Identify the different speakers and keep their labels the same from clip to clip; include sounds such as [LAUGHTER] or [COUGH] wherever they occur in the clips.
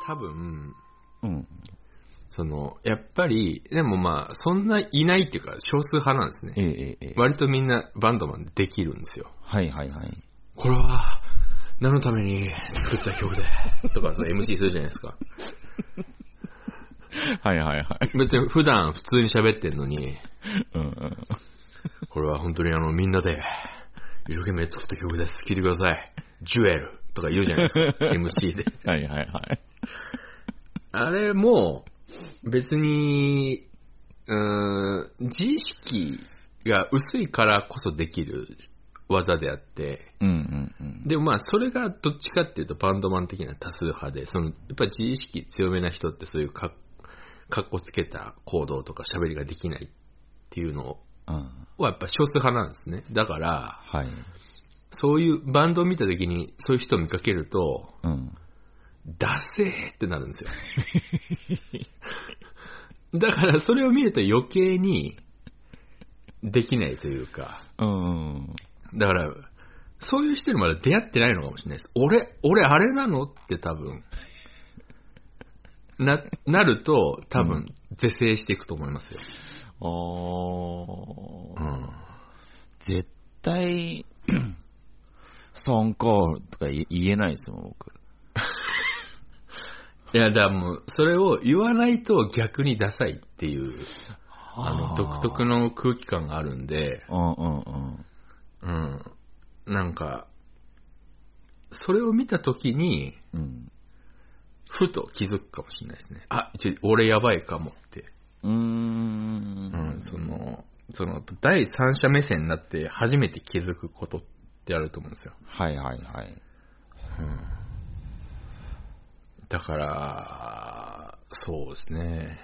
Speaker 1: 多分、
Speaker 2: うん。
Speaker 1: その、やっぱり、でもまあ、そんないないっていうか、少数派なんです
Speaker 2: え
Speaker 1: ね。
Speaker 2: えええええ。
Speaker 1: 割とみんなバンドマンでできるんですよ。
Speaker 2: はいはいはい。
Speaker 1: これは、何のために作った曲で、 [LAUGHS] とか、その MC するじゃないですか。
Speaker 2: はいはいはい。
Speaker 1: 別に普段普通に喋ってんのに、
Speaker 2: うんうん。
Speaker 1: これは本当にあの、みんなで、一生懸命作った曲です。聴いてください。ジュエルとか言うじゃない [LAUGHS] ですか。MC で。
Speaker 2: はいはいはい。
Speaker 1: あれも、別に、うーん、自意識が薄いからこそできる技であって、
Speaker 2: うんうんうん。
Speaker 1: でもまあ、それがどっちかっていうとバンドマン的な多数派で、その、やっぱり自意識強めな人ってそういうかっ、かっこつけた行動とか喋りができないっていうの
Speaker 2: あ
Speaker 1: はやっぱ少数派なんですね。だから、
Speaker 2: はい。
Speaker 1: そういうバンドを見た時にそういう人を見かけると、
Speaker 2: うん。
Speaker 1: ダセーってなるんですよ。だからそれを見ると余計にできないというか、
Speaker 2: うんうん。
Speaker 1: だから、そういう人にまだ出会ってないのかもしれないです。俺、俺あれなのって多分、な、なると多
Speaker 2: う
Speaker 1: 分是正していくと思いますよ。
Speaker 2: あ
Speaker 1: う
Speaker 2: ー。
Speaker 1: ん。
Speaker 2: 絶対、ソンコールとか言えないですもん、僕。
Speaker 1: いや、だからもう、それを言わないと逆にダサいっていう、あの、独特
Speaker 2: の。
Speaker 1: の空気感があるんで、
Speaker 2: うんうんうん。
Speaker 1: うん。なんか、それを見たときに、
Speaker 2: うん。
Speaker 1: ふと気づくかもしれないですね。あ、ちょ俺やばいかもって。
Speaker 2: うーん。
Speaker 1: うん、その、その、第三者目線になって初めて気づくことってあると思うんですよ。
Speaker 2: はいはいはい。
Speaker 1: だから、そうですね。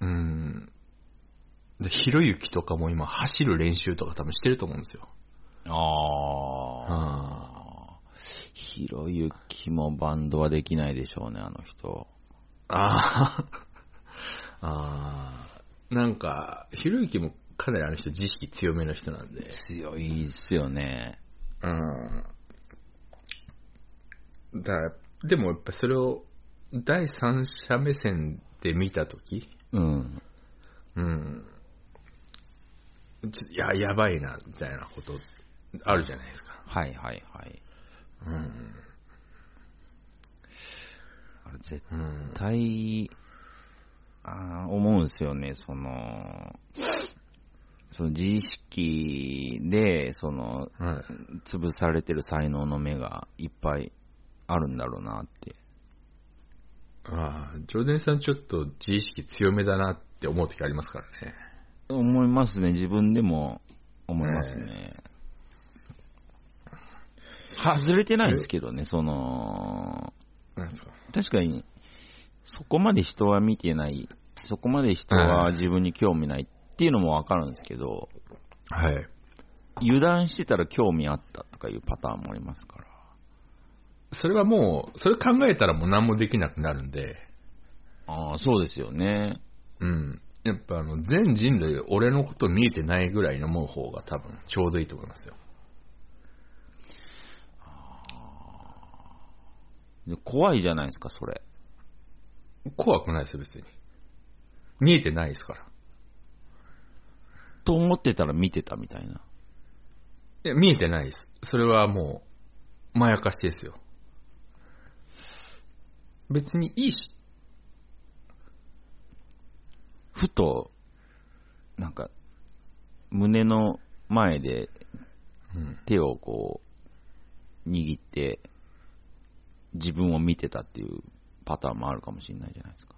Speaker 1: うん。でひろゆきとかも今走る練習とか多分してると思うんですよ。
Speaker 2: ああ。
Speaker 1: あ
Speaker 2: ひろゆきもバンドはできないでしょうね、あの人。
Speaker 1: あー。あー。なんか、ひろゆきもかなりあの人自意識強めの人なんで。
Speaker 2: 強いですよね。
Speaker 1: うん。だからでもやっぱそれを第三者目線で見たとき、
Speaker 2: うん。
Speaker 1: うん。ちょいや、やばいな、みたいなこと、あるじゃないですか。
Speaker 2: はいはいはい。
Speaker 1: うん。
Speaker 2: あれ絶
Speaker 1: うん。
Speaker 2: 対、あー思うんですよね、その、その自意識で、その、
Speaker 1: はい。
Speaker 2: 潰されてる才能の目がいっぱいあるんだろうなって。
Speaker 1: ああ、ジョーデンさんちょっと自意識強めだなって思うときありますからね。
Speaker 2: 思いますね、自分でも思いますね。外れてないですけどね、その、
Speaker 1: なんですか
Speaker 2: 確かに、そこまで人は見てない、そこまで人は自分に興味ないっていうのもわかるんですけど、
Speaker 1: はい。
Speaker 2: 油断してたら興味あったとかいうパターンもありますから。
Speaker 1: それはもう、それ考えたらもう何もできなくなるんで、
Speaker 2: ああ、そうですよね。
Speaker 1: うん。やっぱあの、全人類俺のこと見えてないぐらいの思う方が多分ちょうどいいと思いますよ。
Speaker 2: で怖いじゃないですか、それ。
Speaker 1: 怖くないですよ、別に。見えてないですから。
Speaker 2: と思ってたら見てたみたいな。
Speaker 1: いや、見えてないです。それはもう、まやかしですよ。別にいいし、
Speaker 2: ふと、なんか、胸の前で
Speaker 1: うん。
Speaker 2: 手をこう、握って、自分を見てたっていうパターンもあるかもしれないじゃないですか。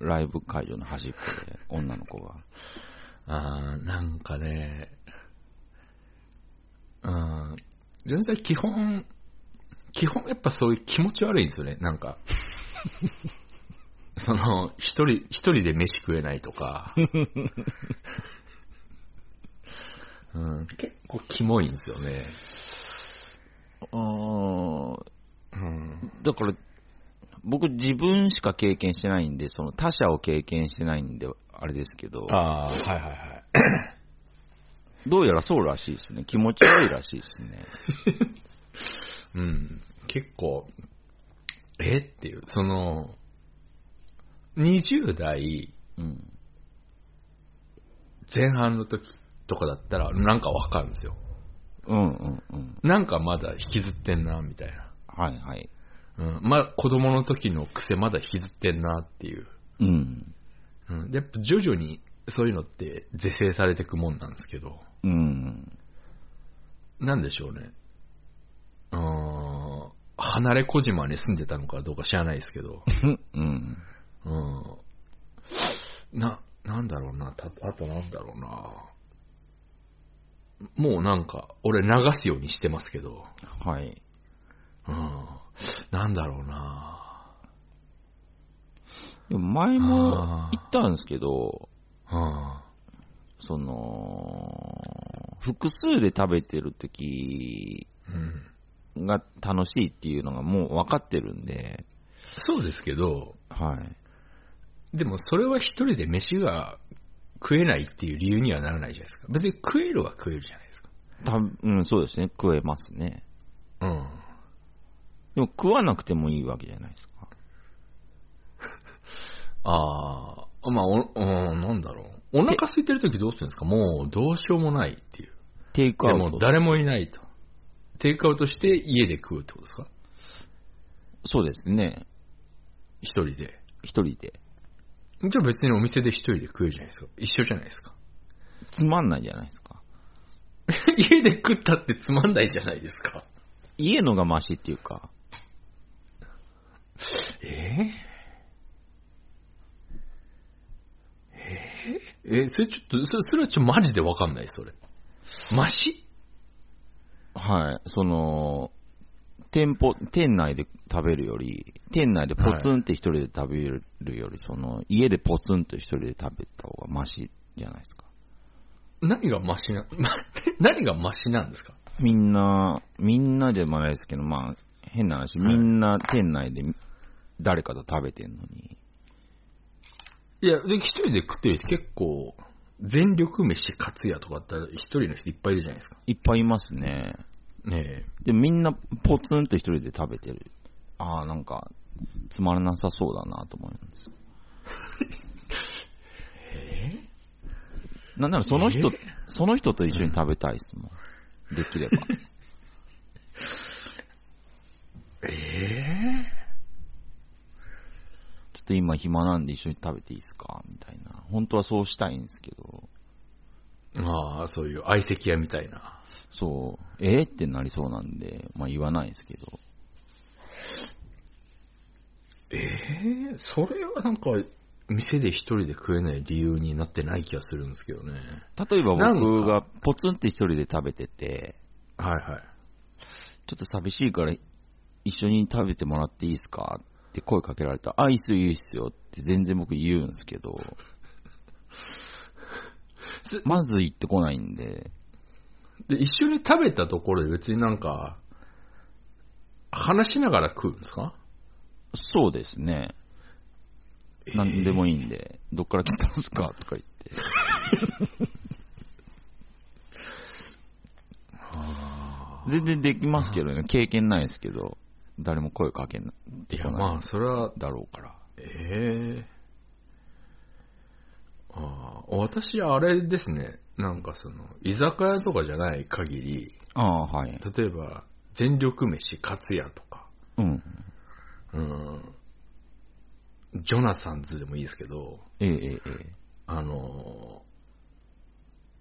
Speaker 2: ライブ会場の端っこで、女の子が。
Speaker 1: あー、なんかね、うん、純粋に基本、基本やっぱそういう気持ち悪いんですよね、なん [LAUGHS] か。その、一人、一人で飯食えないと [LAUGHS] か。うん、結構キモいんですよね。
Speaker 2: ああ、
Speaker 1: うん。
Speaker 2: だから、僕自分しか経験してないんで、その他者を経験してないんで、あれですけど、
Speaker 1: ああ、はいはいはい。
Speaker 2: どうやらそうらしいですね。気持ち悪いらしいですね。
Speaker 1: うん。結構、えっていう、その、20代
Speaker 2: うん。
Speaker 1: 前半の時とかだったら、なんかわかるんですよ。
Speaker 2: うんうんうん。
Speaker 1: なんかまだ引きずってんな、みたいな。
Speaker 2: はいはい。
Speaker 1: うん。まあ、子供の時の癖まだ引きずってんなっていう。
Speaker 2: うん。
Speaker 1: うん。でやっぱ徐々にそういうのって是正されていくもんなんですけど、
Speaker 2: うん。 [LAUGHS]
Speaker 1: なんでしょうね。うーん。離れ小島に住んでたのかどうか知らないですけど、
Speaker 2: うん。
Speaker 1: うん。な、なんだろうな、た、あとなんだろうな。もうなんか、俺流すようにしてますけど、
Speaker 2: はい。
Speaker 1: うん。なんだろうな。
Speaker 2: でも前も言ったんですけど、
Speaker 1: うん。
Speaker 2: その、複数で食べてる時
Speaker 1: うん
Speaker 2: が楽しいっていうのがもう分かってるんで、
Speaker 1: そうですけど、
Speaker 2: はい。
Speaker 1: でもそれは一人で飯が食えないっていう理由にはならないじゃないですか。別に食えるは食えるじゃないですか。
Speaker 2: たうん、そうですね。食えますね。
Speaker 1: うん。
Speaker 2: でも食わなくてもいいわけじゃないですか。
Speaker 1: ああ、まあ、お、うん、なんだろう。お腹空いてる時どうするんですかもうどうしようもないっていう。
Speaker 2: テイク
Speaker 1: で
Speaker 2: アウ
Speaker 1: も
Speaker 2: ト。
Speaker 1: 誰もいないと。テイクアウトして家で食うってことですか
Speaker 2: そうですね。
Speaker 1: 一人で。
Speaker 2: 一人で。
Speaker 1: じゃあ別にお店で一人で食うじゃないですか。一緒じゃないですか。 [LAUGHS]
Speaker 2: つまんないじゃないですか。
Speaker 1: 家で食ったってつまんないじゃないですか。
Speaker 2: 家のがマシっていうか、
Speaker 1: ええええそれちょっと、それそれはちょっとマジでわかんない、それ。マシ
Speaker 2: はい、その、店舗、店内で食べるより、店内でポツンって一人で食べるより、その、家でポツンと一人で食べた方がマシじゃないですか。
Speaker 1: 何がマシな、 [LAUGHS] 何がマシなんですか
Speaker 2: みんな、みんなでもないですけど、まあ、変な話、
Speaker 1: はい
Speaker 2: みんな店内で誰かと食べてんのに、
Speaker 1: いや、で、一人で食ってる人結構、全力飯勝つやとかだったら一人の人いっぱいいるじゃないですか。
Speaker 2: いっぱいいますね。
Speaker 1: ねえ。
Speaker 2: で、みんなポツンと一人で食べてる。ああ、なんか、つまらなさそうだなと思うんです。なんならその人
Speaker 1: え、
Speaker 2: その人と一緒に食べたいですもん。できれば。 [LAUGHS]
Speaker 1: え
Speaker 2: ちょっと今暇なんで一緒に食べていいですかみたいな。本当はそうしたいんですけど、
Speaker 1: えああ、そういう相席屋みたいな。
Speaker 2: そう、えーってなりそうなんで、まあ言わないですけど。
Speaker 1: ええそれはなんか、店で一人で食えない理由になってない気がするんですけどね。
Speaker 2: 例えば
Speaker 1: なん
Speaker 2: 僕
Speaker 1: か
Speaker 2: がポツンって一人で食べてて、
Speaker 1: はいはい。
Speaker 2: ちょっと寂しいから一緒に食べてもらっていいですかって声かけられたら、あ、いいっすよ、いいっすよって全然僕言うんですけど、まず行ってこないんで、
Speaker 1: で、一緒に食べたところで別になんか、話しながら食うんですか
Speaker 2: そうですね。なんでもいいんで、どっから来たんすかとか言って。全然できますけどね、経験ないですけど、誰も声かけないて
Speaker 1: や、
Speaker 2: こ
Speaker 1: ま
Speaker 2: な、
Speaker 1: あ、それはい
Speaker 2: だろうから。
Speaker 1: ええああ、私、あれですね。なんかその、居酒屋とかじゃない限り、
Speaker 2: ああ、はい。
Speaker 1: 例えば、全力飯カツヤとか、
Speaker 2: うん。
Speaker 1: うん、ジョナサンズでもいいですけど、
Speaker 2: ええ、ええ、ええ。
Speaker 1: あのー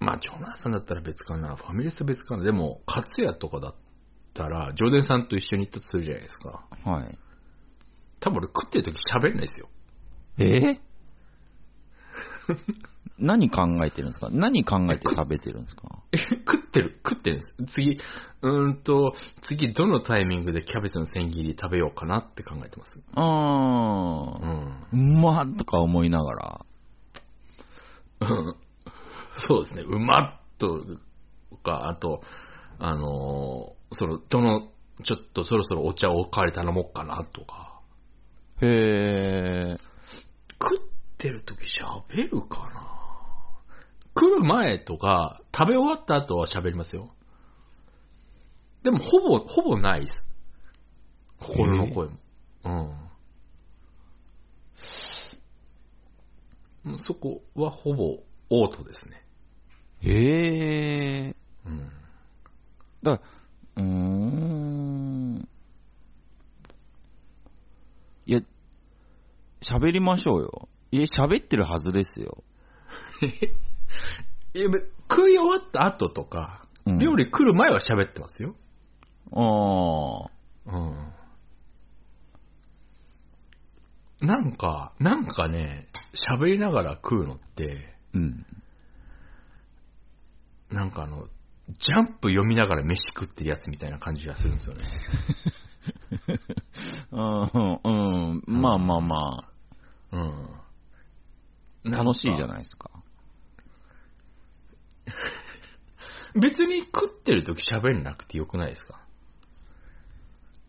Speaker 1: まあ、ジョナサンだったら別かな、ファミレス別かな、でも、カツヤとかだったら、ジョーデンさんと一緒に行ったとするじゃないですか。
Speaker 2: はい。
Speaker 1: 多分俺食ってる時喋んないですよ。
Speaker 2: [LAUGHS] え何考えてるんですか何考えて食べてるんですか
Speaker 1: 食ってる、食ってるんです。次、うーんと、次どのタイミングでキャベツの千切り食べようかなって考えてます。
Speaker 2: あ
Speaker 1: う
Speaker 2: あ、
Speaker 1: ん。 [LAUGHS]
Speaker 2: うまっとか思いながら。
Speaker 1: うんそうですね、うまっとか、あと、あのーその、どの、ちょっとそろそろお茶を代わり頼もうかなとか。
Speaker 2: へえ。
Speaker 1: 食ってる時喋るかな食う前とか、食べ終わった後は喋りますよ。でも、ほぼ、ほぼないです。心の声も。うん。そこはほぼオートですね。
Speaker 2: へえ。
Speaker 1: うん。
Speaker 2: うーん。いや、喋りましょうよ。いや、喋ってるはずですよ。
Speaker 1: いやべ食い終わった後とか、
Speaker 2: うん
Speaker 1: 料理来る前は喋ってますよ。
Speaker 2: ああ。
Speaker 1: うん。なんか、なんかね、喋りながら食うのって、
Speaker 2: うん。
Speaker 1: なんかあの、ジャンプ読みながら飯食ってるやつみたいな感じがするんですよね。
Speaker 2: うん、うん、まあまあま
Speaker 1: うん。
Speaker 2: あ、楽しいじゃ
Speaker 1: い
Speaker 2: ないですか。
Speaker 1: 別に食ってる時喋んなくてよくないですか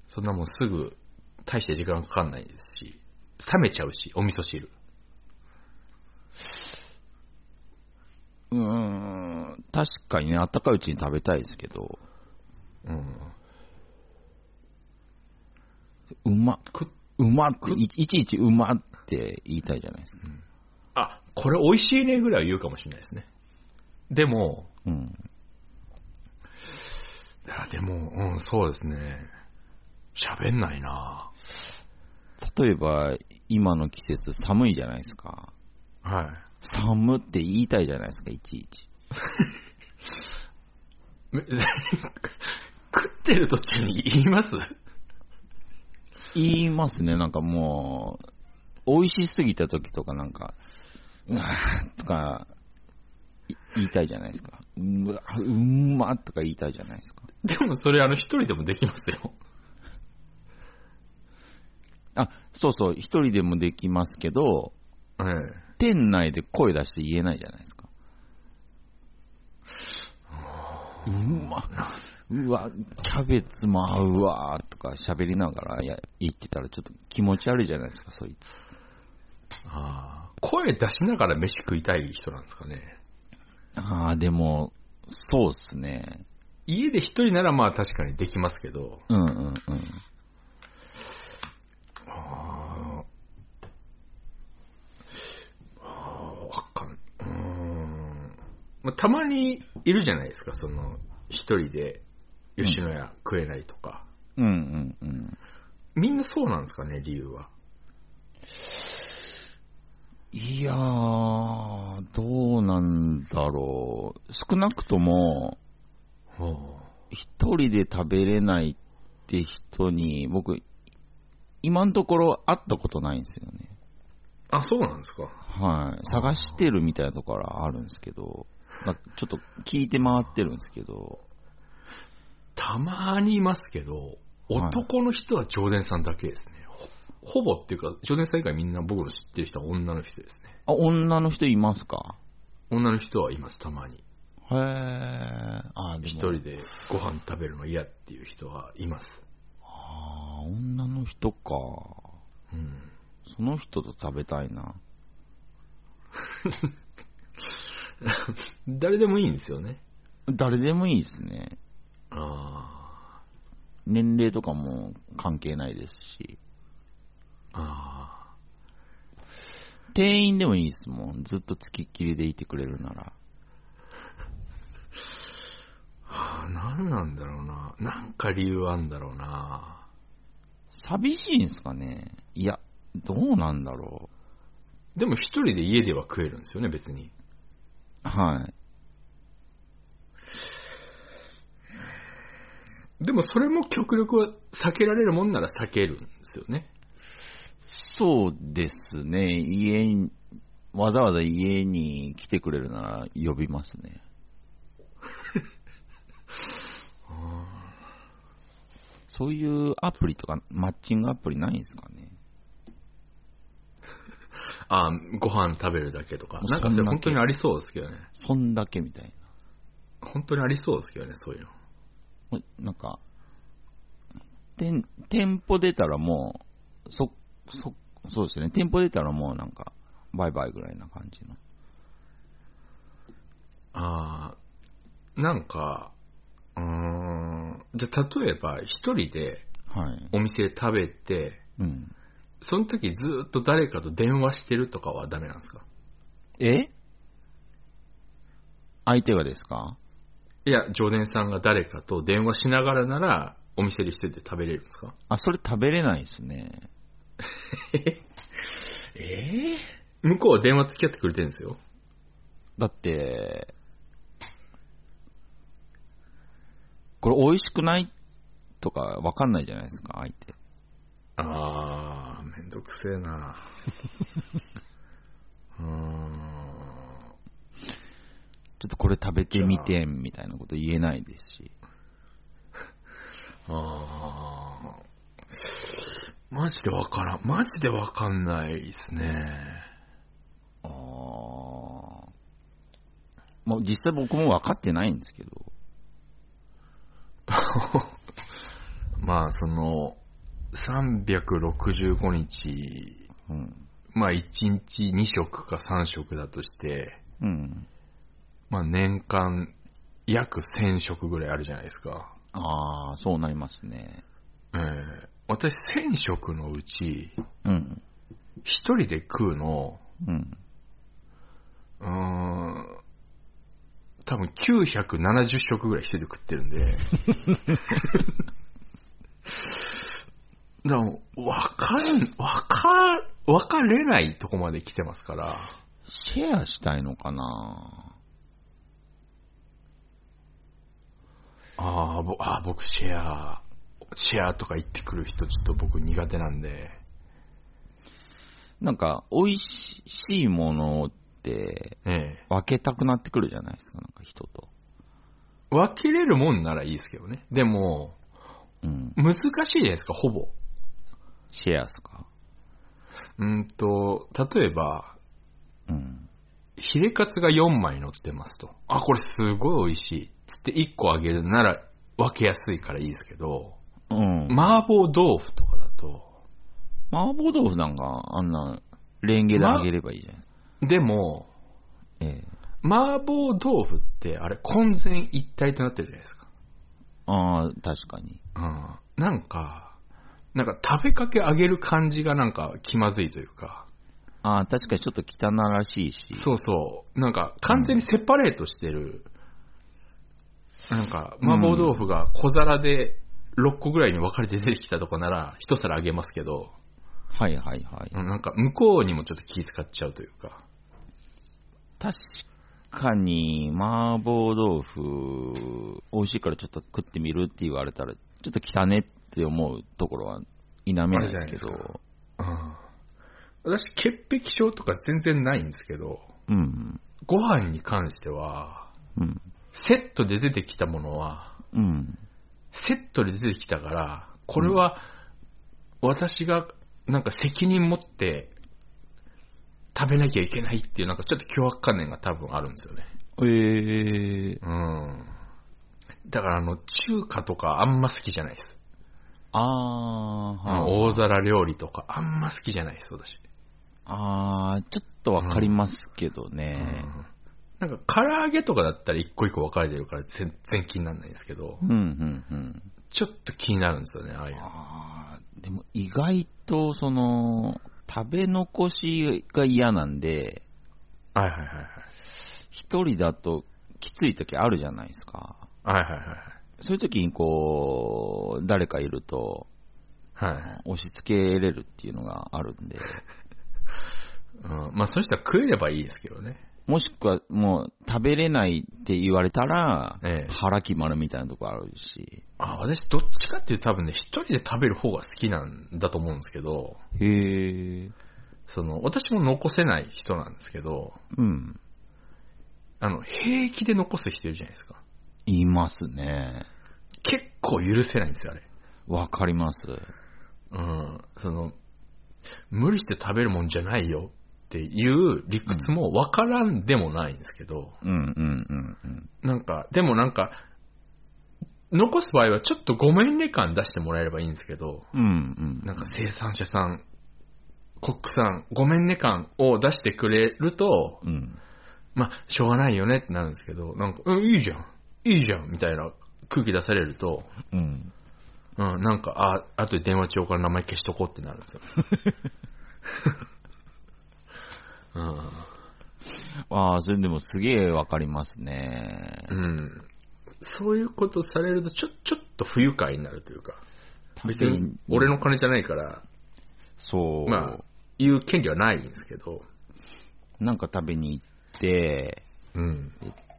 Speaker 1: そんなもんすぐ、大して時間かかんないですし、冷めちゃうし、お味噌汁。
Speaker 2: うーん、確かにね、あったかいうちに食べたいですけど、
Speaker 1: うん。
Speaker 2: うま、
Speaker 1: 食っ
Speaker 2: うまって、いいちいちうまって言いたいじゃないですか。
Speaker 1: あ、これ美味しいねぐらいは言うかもしれないですね。でも、
Speaker 2: うん。
Speaker 1: いや、でも、うん、そうですね。喋んないな
Speaker 2: 例えば、今の季節寒いじゃないですか。
Speaker 1: は
Speaker 2: 寒って言いたいじゃないですか、いちいち。
Speaker 1: い。め [LAUGHS] 食ってる途中に言います
Speaker 2: 言いますね、なんかもう、美味しすぎた時とかなんか、うわーとか、い言いたいじゃないですか。うわうんまとか言いたいじゃないですか。
Speaker 1: でも、それ、あの、一人でもできますよ。
Speaker 2: あ、そうそう、一人でもできますけど、
Speaker 1: ええ。
Speaker 2: 店内で声出して言えないじゃないですか。うまうわ、キャベツも合うわとか喋りながらや言ってたらちょっと気持ち悪いじゃないですか、そいつ。
Speaker 1: ああ。声出しながら飯食いたい人なんですかね。
Speaker 2: ああ、でも、そうっすね。
Speaker 1: 家で一人ならまあ確かにできますけど。
Speaker 2: うんうんうん。
Speaker 1: ああ。わかん。うーん。まあ、たまにいるじゃないですか、その、一人で吉野家食えないとか。
Speaker 2: うんうんうん。
Speaker 1: みんなそうなんですかね、理由は。
Speaker 2: いやー、どうなんだろう。少なくとも、一人で食べれないって人に、僕、今のところ会ったことないんですよね。
Speaker 1: あ、そうなんですか。
Speaker 2: はい。探してるみたいなところはあるんですけど、まちょっと聞いて回ってるんですけど、
Speaker 1: たまにいますけど、男の人は常連さんだけですね。ほほぼっていうか、常連さん以外みんな僕の知ってる人は女の人ですね。
Speaker 2: あ、女の人いますか
Speaker 1: 女の人はいます、たまに。
Speaker 2: へー。あ、でも
Speaker 1: 一人でご飯食べるの嫌っていう人はいます。
Speaker 2: あー女の人か。
Speaker 1: うん。
Speaker 2: その人と食べたいな。
Speaker 1: 誰でもいいんですよね。
Speaker 2: 誰でもいいですね。
Speaker 1: あ
Speaker 2: 年齢とかも関係ないですし。
Speaker 1: あ。あ
Speaker 2: 店員でもいいですもん。ずっと付きっきりでいてくれるなら。
Speaker 1: あ。はあ、なんなんだろうな。なんか理由あんだろうな。
Speaker 2: 寂しいんすかねいや、どうなんだろ
Speaker 1: でも一人で家では食えるんですよね、別に。
Speaker 2: う。はい。
Speaker 1: でもそれも極力は避けられるもんなら避けるんですよね。
Speaker 2: そうですね。家に、わざわざ家に来てくれるなら呼びますね。 [LAUGHS] そういうアプリとか、マッチングアプリないんですかね
Speaker 1: ああご飯食べるだけとか
Speaker 2: も。う
Speaker 1: なんかそれ
Speaker 2: そんだけ
Speaker 1: 本当にありそうですけどね。
Speaker 2: そんだけみたいな。
Speaker 1: 本当にありそうですけどね、そういうの。
Speaker 2: もうなんか、店、店舗出たらもう、そ、そ、そうですね。店舗出たらもうなんか、バイバイぐらいな感じの。
Speaker 1: ああ、なんか、うーん、じゃあ例えば一人で
Speaker 2: はい。
Speaker 1: お店食べて、
Speaker 2: うん。
Speaker 1: その時ずっと誰かと電話してるとかはダメなんですか
Speaker 2: え相手がですか
Speaker 1: いや、常連さんが誰かと電話しながらなら、お店で一人で食べれるんですか
Speaker 2: あ、それ食べれないですね。
Speaker 1: ええ向こうは電話付き合ってくれてるんですよ。
Speaker 2: だって、これ美味しくないとかわかんないじゃないですか、相手。
Speaker 1: あー、めんどくせえな [LAUGHS] うーん。
Speaker 2: ちょっとこれ食べてみて、みたいなこと言えないですし。
Speaker 1: あー。マジでわからん。マジでわかんないですね。
Speaker 2: あー。まあ、実際僕も分かってないんですけど。
Speaker 1: まあ、その、365日、
Speaker 2: うん。
Speaker 1: まあ、1日2食か3食だとして、
Speaker 2: うん。
Speaker 1: まあ、年間約1000食ぐらいあるじゃないですか。
Speaker 2: ああ、そうなりますね。
Speaker 1: えー私、1000食のうち、
Speaker 2: うん。
Speaker 1: 一人で食うの、
Speaker 2: うん。
Speaker 1: うーん、多分970食ぐらい一人で食ってるんで。だからもう、わかん、わか、わかれないとこまで来てますから。
Speaker 2: シェアしたいのかな
Speaker 1: あーぼあー、僕シェア、シェアとか言ってくる人ちょっと僕苦手なんで。
Speaker 2: なんか、美味しいものって
Speaker 1: ええ。
Speaker 2: 分けたくなってくるじゃないですか、なんか人と。
Speaker 1: 分けれるもんならいいですけどね。でも、
Speaker 2: うん。
Speaker 1: 難しいじゃないですか、ほぼ。
Speaker 2: シェアっすか。
Speaker 1: うんと、例えば、
Speaker 2: うん。
Speaker 1: ヒレカツが4枚乗ってますと。あ、これすごい美味しい。つって1個あげるなら分けやすいからいいですけど、
Speaker 2: うん。
Speaker 1: 麻婆豆腐とかだと、
Speaker 2: 麻婆豆腐なんか、あんな、レンゲであげればいいじゃない
Speaker 1: でも、
Speaker 2: ええ。
Speaker 1: 麻婆豆腐ってあれ混然一体となってるじゃないですか。
Speaker 2: ああ、確かに。
Speaker 1: うん。なんか、なんか食べかけあげる感じがなんか気まずいというか、
Speaker 2: ああ、確かにちょっと汚らしいし。
Speaker 1: そうそう。なんか、完全にセパレートしてる。なんか、麻婆豆腐が小皿で6個ぐらいに分かれて出てきたとこなら、一皿あげますけど、
Speaker 2: はいはいはい。
Speaker 1: なんか、向こうにもちょっと気使っちゃうというか。
Speaker 2: 確かに、麻婆豆腐、美味しいからちょっと食ってみるって言われたら、ちょっと汚ねって思うところは否めないです
Speaker 1: あれじ
Speaker 2: け
Speaker 1: ゃないです
Speaker 2: ど。
Speaker 1: うん。私、潔癖症とか全然ないんですけど、
Speaker 2: うん。
Speaker 1: ご飯に関しては、
Speaker 2: うん。
Speaker 1: セットで出てきたものは、
Speaker 2: うん。
Speaker 1: セットで出てきたから、これは私がなんか責任持って食べなきゃいけないっていう、なんかちょっと凶悪観念が多分あるんですよね。
Speaker 2: ええ
Speaker 1: うん。だからあの、中華とかあんま好きじゃないです。
Speaker 2: あ
Speaker 1: あ
Speaker 2: あ、
Speaker 1: の
Speaker 2: はい、
Speaker 1: 大皿料理とかあんま好きじゃないです、私。
Speaker 2: ああ、ちょっとわかりますけど
Speaker 1: う
Speaker 2: ね。
Speaker 1: んなんか唐揚げとかだったら一個一個分かれてるから全然気にならないんですけど
Speaker 2: う、ん、うん、うん。
Speaker 1: ちょっと気になるんですよね、ああいうの。
Speaker 2: あーでも意外と、その、食べ残しが嫌なんで、
Speaker 1: はいはいはいはい。
Speaker 2: 一人だときつい時あるじゃないですか。
Speaker 1: はいはいはい
Speaker 2: そういう時にこう、誰かいると、
Speaker 1: はい。はい
Speaker 2: 押し付けれるっていうのがあるんで、
Speaker 1: うん、まあ、その人は食えればいいですけどね。
Speaker 2: もしくはもう食べれないって言われたら、
Speaker 1: ええ
Speaker 2: 腹決まるみたいなとこあるし。
Speaker 1: あ私、どっちかっていうと多分ね、一人で食べる方が好きなんだと思うんですけど、
Speaker 2: へえ。
Speaker 1: その、私も残せない人なんですけど、
Speaker 2: うん。
Speaker 1: あの、平気で残す人いるじゃないですか。
Speaker 2: いますね。
Speaker 1: 結構許せないんですよ、あれ。
Speaker 2: わかります。
Speaker 1: うん。その、無理して食べるもんじゃないよっていう理屈もわからんでもないんですけど、
Speaker 2: うんうんうんうん。
Speaker 1: なんか、でもなんか、残す場合はちょっとごめんね感出してもらえればいいんですけど、
Speaker 2: うんうん。
Speaker 1: なんか生産者さん、コックさん、ごめんね感を出してくれると、
Speaker 2: うん。
Speaker 1: まあ、しょうがないよねってなるんですけど、なんか、うん、いいじゃん、いいじゃん、みたいな空気出されると、
Speaker 2: うん。
Speaker 1: うん、なんか、あ、あとで電話帳から名前消しとこうってなるんですよ。 [LAUGHS] うん
Speaker 2: ああ、それでもすげえわかりますね。
Speaker 1: うんそういうことされると、ちょ、ちょっと不愉快になるというか、別に俺の金じゃないから、
Speaker 2: そう。
Speaker 1: まあ、言う権利はないんですけど、
Speaker 2: なんか食べに行って、
Speaker 1: うん。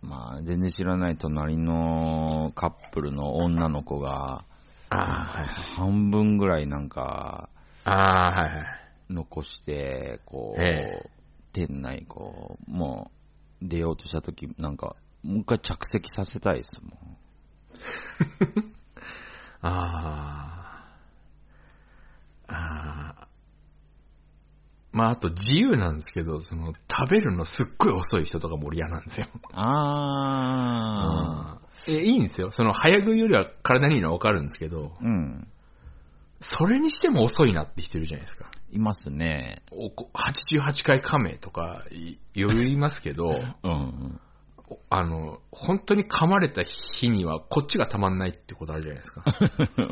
Speaker 2: まあ、全然知らない隣のカップルの女の子が、
Speaker 1: ああ、はい。
Speaker 2: 半分ぐらいなんか、
Speaker 1: ああ、はいはい。
Speaker 2: 残して、こ
Speaker 1: え
Speaker 2: う、店内、こう、もう、出ようとしたとき、なんか、もう一回着席させたいですもん。
Speaker 1: ああ。ああ。まあ、あと自由なんですけど、その、食べるのすっごい遅い人とかも俺嫌なんですよ。
Speaker 2: あ
Speaker 1: うんえ、いいんですよ。その、早食いよりは体にいいのはわかるんですけど、
Speaker 2: ー。うん。
Speaker 1: それにしても遅いなって人いるじゃないですか。
Speaker 2: いますね。
Speaker 1: おこ88回亀とかい余裕いますけど、
Speaker 2: うん。
Speaker 1: おあの、本当に噛まれた日にはこっちがたまんないってことあるじゃないですか。
Speaker 2: うんう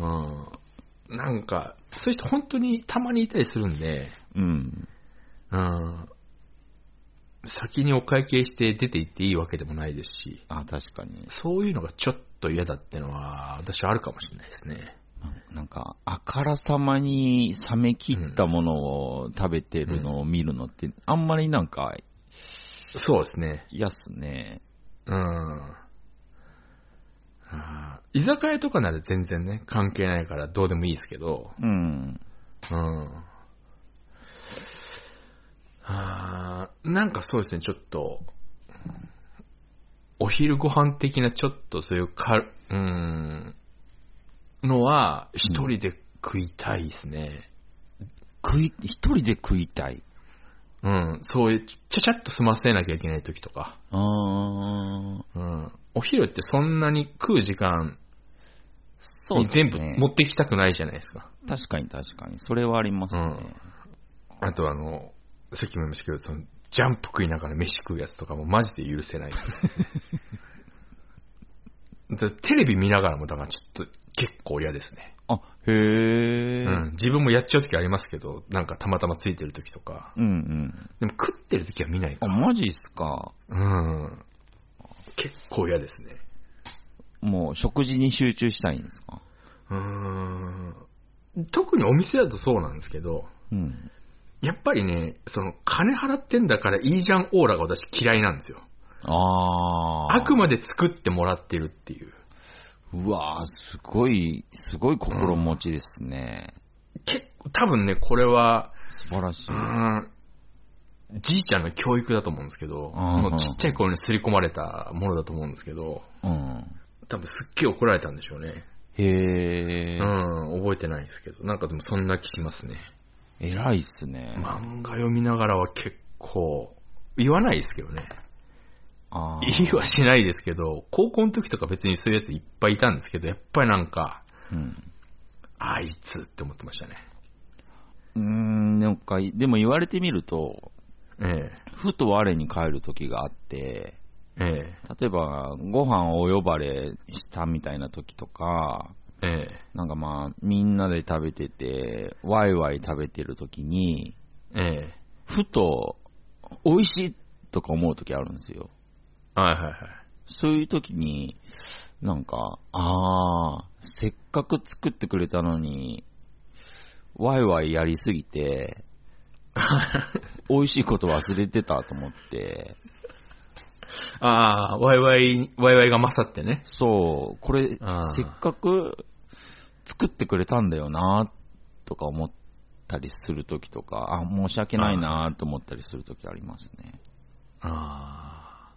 Speaker 2: ん。
Speaker 1: うん。なんか、そういう人本当にたまにいたりするんで、
Speaker 2: うん。
Speaker 1: うん。先にお会計して出て行っていいわけでもないですし、
Speaker 2: あ、確かに。
Speaker 1: そういうのがちょっと嫌だってのは、私はあるかもしれないですね。
Speaker 2: なんか、あからさまに冷め切ったものを食べてるのを見るのって、あんまりなんか
Speaker 1: そうですね。
Speaker 2: 嫌っすね。
Speaker 1: うん。あー居酒屋とかなら全然ね、関係ないからどうでもいいですけど、
Speaker 2: うん。
Speaker 1: うん。あーなんかそうですね、ちょっと、お昼ご飯的なちょっとそういうか、うん、のは、一人で食いたいですね。
Speaker 2: 食い、一人で食いたい。
Speaker 1: うん、そういう、ちゃちゃっと済ませなきゃいけない時とか。
Speaker 2: あー。
Speaker 1: うん。お昼ってそんなに食う時間
Speaker 2: そう
Speaker 1: に
Speaker 2: ですね。
Speaker 1: 全部持ってきたくないじゃないですか。
Speaker 2: 確かに確かに。それはありますね。
Speaker 1: あとあの、さっきも言いましたけど、その、ジャンプ食いながら飯食うやつとかもマジで許せない。だテレビ見ながらも、だからちょっと結構嫌ですね。
Speaker 2: あ、へえ。
Speaker 1: うん。自分もやっちゃう時ありますけど、なんかたまたまついてる時とか。
Speaker 2: うんうん。
Speaker 1: でも食ってる時は見ないか。
Speaker 2: あ、マジっすか。
Speaker 1: うん。結構嫌ですね。
Speaker 2: もう食事に集中したいんですか
Speaker 1: うーん。特にお店だとそうなんですけど、
Speaker 2: うん。
Speaker 1: やっぱりね、その、金払ってんだからいいじゃんオーラが私嫌いなんですよ。
Speaker 2: あー。
Speaker 1: あくまで作ってもらってるっていう。
Speaker 2: うわー、すごい、すごい心持ちですね。
Speaker 1: 結構、多分ね、これは、。
Speaker 2: 素晴らしいう
Speaker 1: ん、じいちゃんの教育だと思うんですけど、
Speaker 2: うん
Speaker 1: もうちっちゃい頃に刷り込まれたものだと思うんですけど、
Speaker 2: うん。
Speaker 1: 多分すっげえ怒られたんでしょうね。
Speaker 2: へえ、
Speaker 1: うん、覚えてないですけど、なんかでもそんな気しますね。
Speaker 2: 偉いっすね。
Speaker 1: 漫画読みながらは結構、言わないですけどね。
Speaker 2: あー
Speaker 1: 言いはしないですけど、高校の時とか別にそういうやついっぱいいたんですけど、やっぱりなんか、
Speaker 2: うん。
Speaker 1: あいつって思ってましたね。
Speaker 2: うーん、なんか、でも言われてみると、
Speaker 1: え
Speaker 2: ふと我に返る時があって、
Speaker 1: え、え
Speaker 2: 例えば、ご飯をお呼ばれしたみたいな時とか、
Speaker 1: え、ええ、
Speaker 2: なんかまあ、みんなで食べてて、ワイワイ食べてる時に、
Speaker 1: ええ。
Speaker 2: ふと、美味しいとか思う時あるんですよ。
Speaker 1: はいはいはい。
Speaker 2: そういう時に、なんか、ああ、せっかく作ってくれたのに、ワイワイやりす
Speaker 1: [LAUGHS]
Speaker 2: ぎて、美味しいこと忘れてたと思って、
Speaker 1: ああ、ワイワイ、ワイワイが勝ってね。
Speaker 2: そう、これ
Speaker 1: あー、
Speaker 2: せっかく作ってくれたんだよな、とか思ったりする時とか、あ、申し訳ないな、と思ったりする時ありますね。
Speaker 1: あ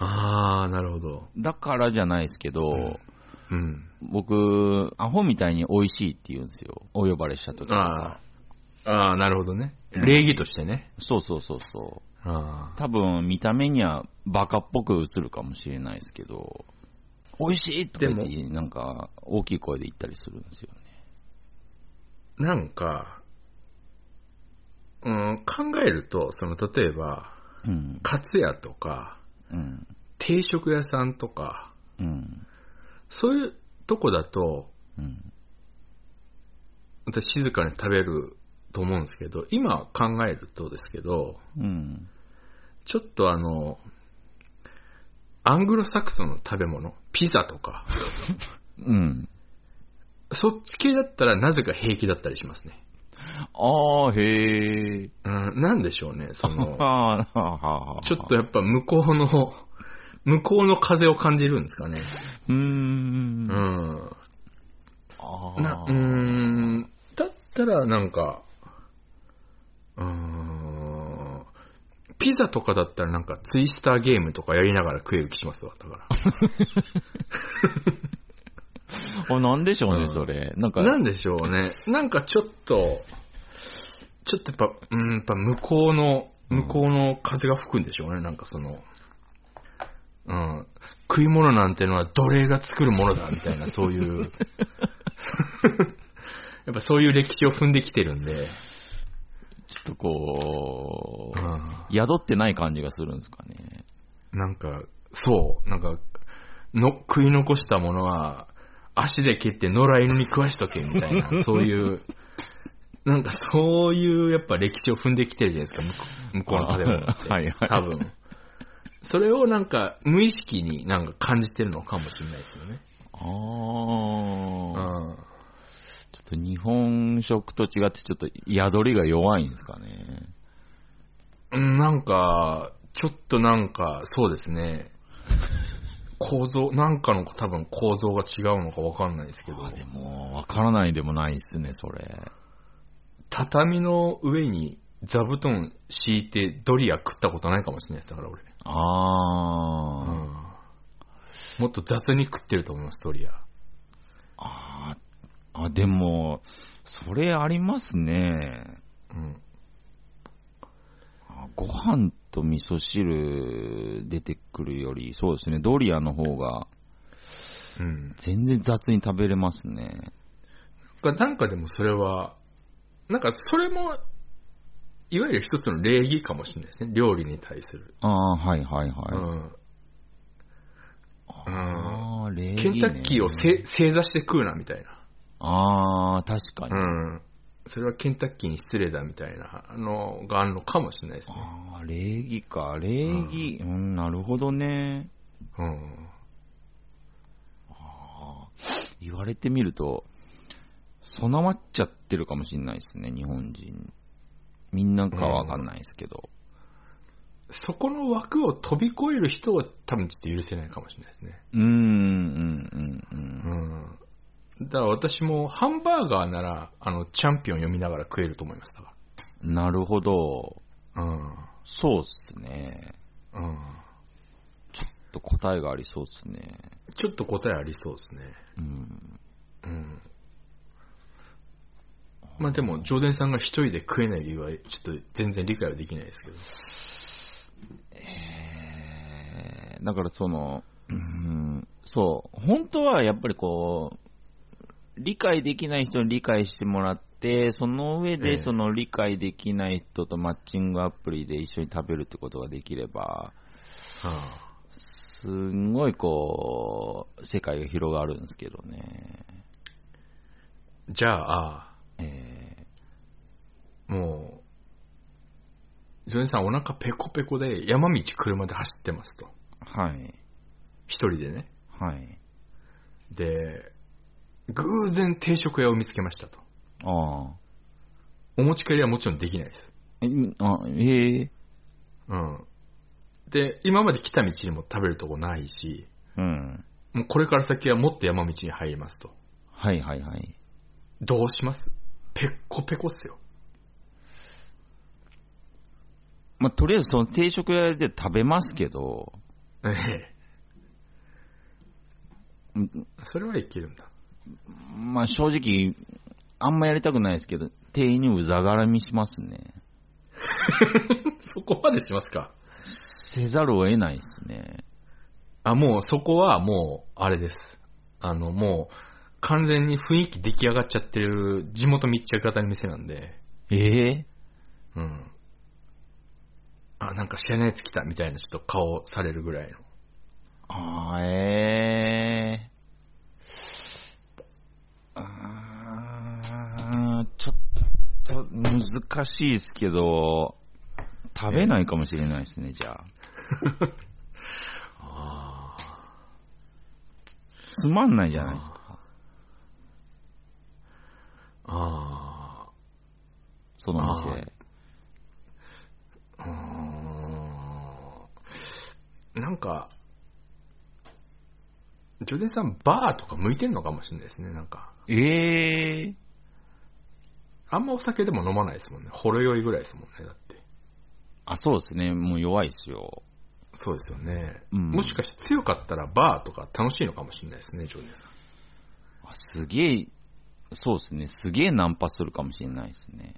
Speaker 1: あ。ああ、なるほど。
Speaker 2: だからじゃないですけど、
Speaker 1: うんうん。
Speaker 2: 僕、アホみたいに美味しいって言うんですよ。お呼ばれした時とか。
Speaker 1: ああ。ああ、なるほどね。礼儀としてね。
Speaker 2: そうそうそうそう。
Speaker 1: あ
Speaker 2: 多分見た目にはバカっぽく映るかもしれないですけど、美味しいとか言っ
Speaker 1: で
Speaker 2: て、なんか大きい声で言ったりするんですよね。
Speaker 1: あ。なんか、うん、考えると、その、例えば、
Speaker 2: うん。
Speaker 1: カツ屋とか、
Speaker 2: うん。
Speaker 1: 定食屋さんとか、
Speaker 2: うん。
Speaker 1: そういうとこだと、
Speaker 2: うん。
Speaker 1: 私静かに食べると思うんですけど、今考えるとですけど、
Speaker 2: うん。
Speaker 1: ちょっとあの、アングロサクソンの食べ物、ピザとか、
Speaker 2: うん。
Speaker 1: そっち系だったらなぜか平気だったりしますね。
Speaker 2: ああ、へえ。
Speaker 1: うん、なんでしょうね、そ
Speaker 2: [LAUGHS]
Speaker 1: の、
Speaker 2: はあ、はあ、
Speaker 1: ちょっと。やっぱ向こうの、向こうの風を感じるんですかね。
Speaker 2: [LAUGHS] う
Speaker 1: う
Speaker 2: ー。
Speaker 1: んん。
Speaker 2: あ
Speaker 1: な
Speaker 2: あ
Speaker 1: うーん。だったらなんか、うーん。ピザとかだったらなんかツイスターゲームとかやりながら食える気しますわ、だか
Speaker 2: あ、なんでしょ
Speaker 1: う
Speaker 2: うね、
Speaker 1: ん。、
Speaker 2: それ。なんから
Speaker 1: なんでしょうね。なんかちょっと、ちょっとやっぱ、うん、やっぱ向こうの、向こうの風が吹くんでしょうね、なんかその、うん。食い物なんてのは奴隷が作るものだ、みた [LAUGHS] いな、そういう。やっぱそういう歴史を踏んできてるんで。
Speaker 2: ちょっとこ
Speaker 1: う
Speaker 2: う、
Speaker 1: ん
Speaker 2: 宿ってない感じがするんですかね。
Speaker 1: なんか、そう、なんか、の食い残したものは、足で蹴って野良犬に食わしとけ、みたいな、
Speaker 2: [LAUGHS]
Speaker 1: そういう、なんかそういう、やっぱ歴史を踏んできてるじゃないですか、向こう向こうの食べ物って。
Speaker 2: はいはい
Speaker 1: 多分。それをなんか、無意識になんか感じてるのかもしれないですよね。
Speaker 2: あ
Speaker 1: う
Speaker 2: あ、
Speaker 1: ん。
Speaker 2: ちょっと日本食と違って、ちょっと宿りが弱いんですかね。
Speaker 1: うんなんか、ちょっとなんか、そうですね。構造、なんかの多分構造が違うのかわかんないですけど
Speaker 2: あ。でも、わからないでもないっすね、それ。
Speaker 1: 畳の上に座布団敷いてドリア食ったことないかもしれないです、だから俺。
Speaker 2: あ
Speaker 1: う
Speaker 2: ー、
Speaker 1: ん。もっと雑に食ってると思います、ドリア。
Speaker 2: あーあ、でも、それありますね。
Speaker 1: うん。
Speaker 2: あご飯と味噌汁出てくるより、そうですね、ドリアの方が
Speaker 1: うん。
Speaker 2: 全然雑に食べれますね。
Speaker 1: がなんかでもそれは、なんかそれも、いわゆる一つの礼儀かもしれないですね、料理に対する。
Speaker 2: ああ、はいはい
Speaker 1: うん
Speaker 2: はい。。ああ、礼儀ね
Speaker 1: ケンタッキーをせ正座して食うな、みたいな。
Speaker 2: ああ、確かに。
Speaker 1: うん。それはケンタッキーに失礼だ、みたいなのがあるのかもしれないですね。
Speaker 2: ああ、礼儀か、礼儀。うん、なるほどね。
Speaker 1: うん。
Speaker 2: あー言われてみると、備わっちゃってるかもしれないですね、日本人。みんなかわかんないですけど。
Speaker 1: そこの枠を飛び越える人は多分ちょっと許せないかもしれないですね。
Speaker 2: うーん、うん、うん、うん。
Speaker 1: ん。だから私もハンバーガーなら、あの、チャンピオン読みながら食えると思います、だか
Speaker 2: なるほど。
Speaker 1: ら。うん。
Speaker 2: そうっすね。
Speaker 1: うん。
Speaker 2: ちょっと答えがありそうっすね。
Speaker 1: ちょっと答えありそうですね。
Speaker 2: うん。
Speaker 1: うん。まあでも、常連さんが一人で食えない理由は、ちょっと全然理解はできないですけど。
Speaker 2: えー、だからその、うん、そう、本当はやっぱりこう、理解できない人に理解してもらって、その上
Speaker 1: え
Speaker 2: で
Speaker 1: え
Speaker 2: その理解できない人とマッチングアプリで一緒に食べるってことができれば、
Speaker 1: は
Speaker 2: すんごいこう、世界が広がるんですけどね。
Speaker 1: あ、じゃあ、
Speaker 2: え
Speaker 1: もう、常連さんお腹ペコペコで山道車で走ってますと。
Speaker 2: ー、はい、
Speaker 1: 一人でね。
Speaker 2: はい。
Speaker 1: で、偶然定食屋を見つけましたと。
Speaker 2: ああ。
Speaker 1: お持ち帰りはもちろんできないです。
Speaker 2: え、うんあ、ええ
Speaker 1: うん。で、今まで来た道にも食べるとこないし、
Speaker 2: うん。
Speaker 1: もうこれから先はもっと山道に入りますと。
Speaker 2: はいはいはい。
Speaker 1: どうしますペッコペコっすよ。
Speaker 2: まあ、とりあえずその定食屋で食べますけど、
Speaker 1: ええ。
Speaker 2: うん
Speaker 1: それはいけるんだ。
Speaker 2: まあ、正直、あんまやりたくないですけど、店員にうざがらみしますね。
Speaker 1: そこまでしますか
Speaker 2: せざるを得ないですね。
Speaker 1: あ、もうそこはもう、あれです。あの、もう、完全に雰囲気出来上がっちゃってる地元密着型の店なんで、
Speaker 2: ええ
Speaker 1: うん。あ、なんか知らないやつ来たみたいなちょっと顔されるぐらいの。
Speaker 2: ああ、ええ難しいですけど、食べないかもしれないですね、じゃあ。
Speaker 1: あ
Speaker 2: [LAUGHS] つまんないじゃないですか。
Speaker 1: あ。あ
Speaker 2: その店。
Speaker 1: ああ。うーん。なんか、ジョデンさん、バーとか向いてんのかもしれないですね、なんか。
Speaker 2: ええ
Speaker 1: あんまお酒でも飲まないですもんね。ほろ酔いぐらいですもんね、だって。
Speaker 2: あ、そうですね。もう弱いですよ。
Speaker 1: そうですよね。
Speaker 2: うん
Speaker 1: もしかして強かったらバーとか楽しいのかもしれないですね、ジョデンさん。
Speaker 2: あすげえ、そうですね。すげえナンパするかもしれないですね。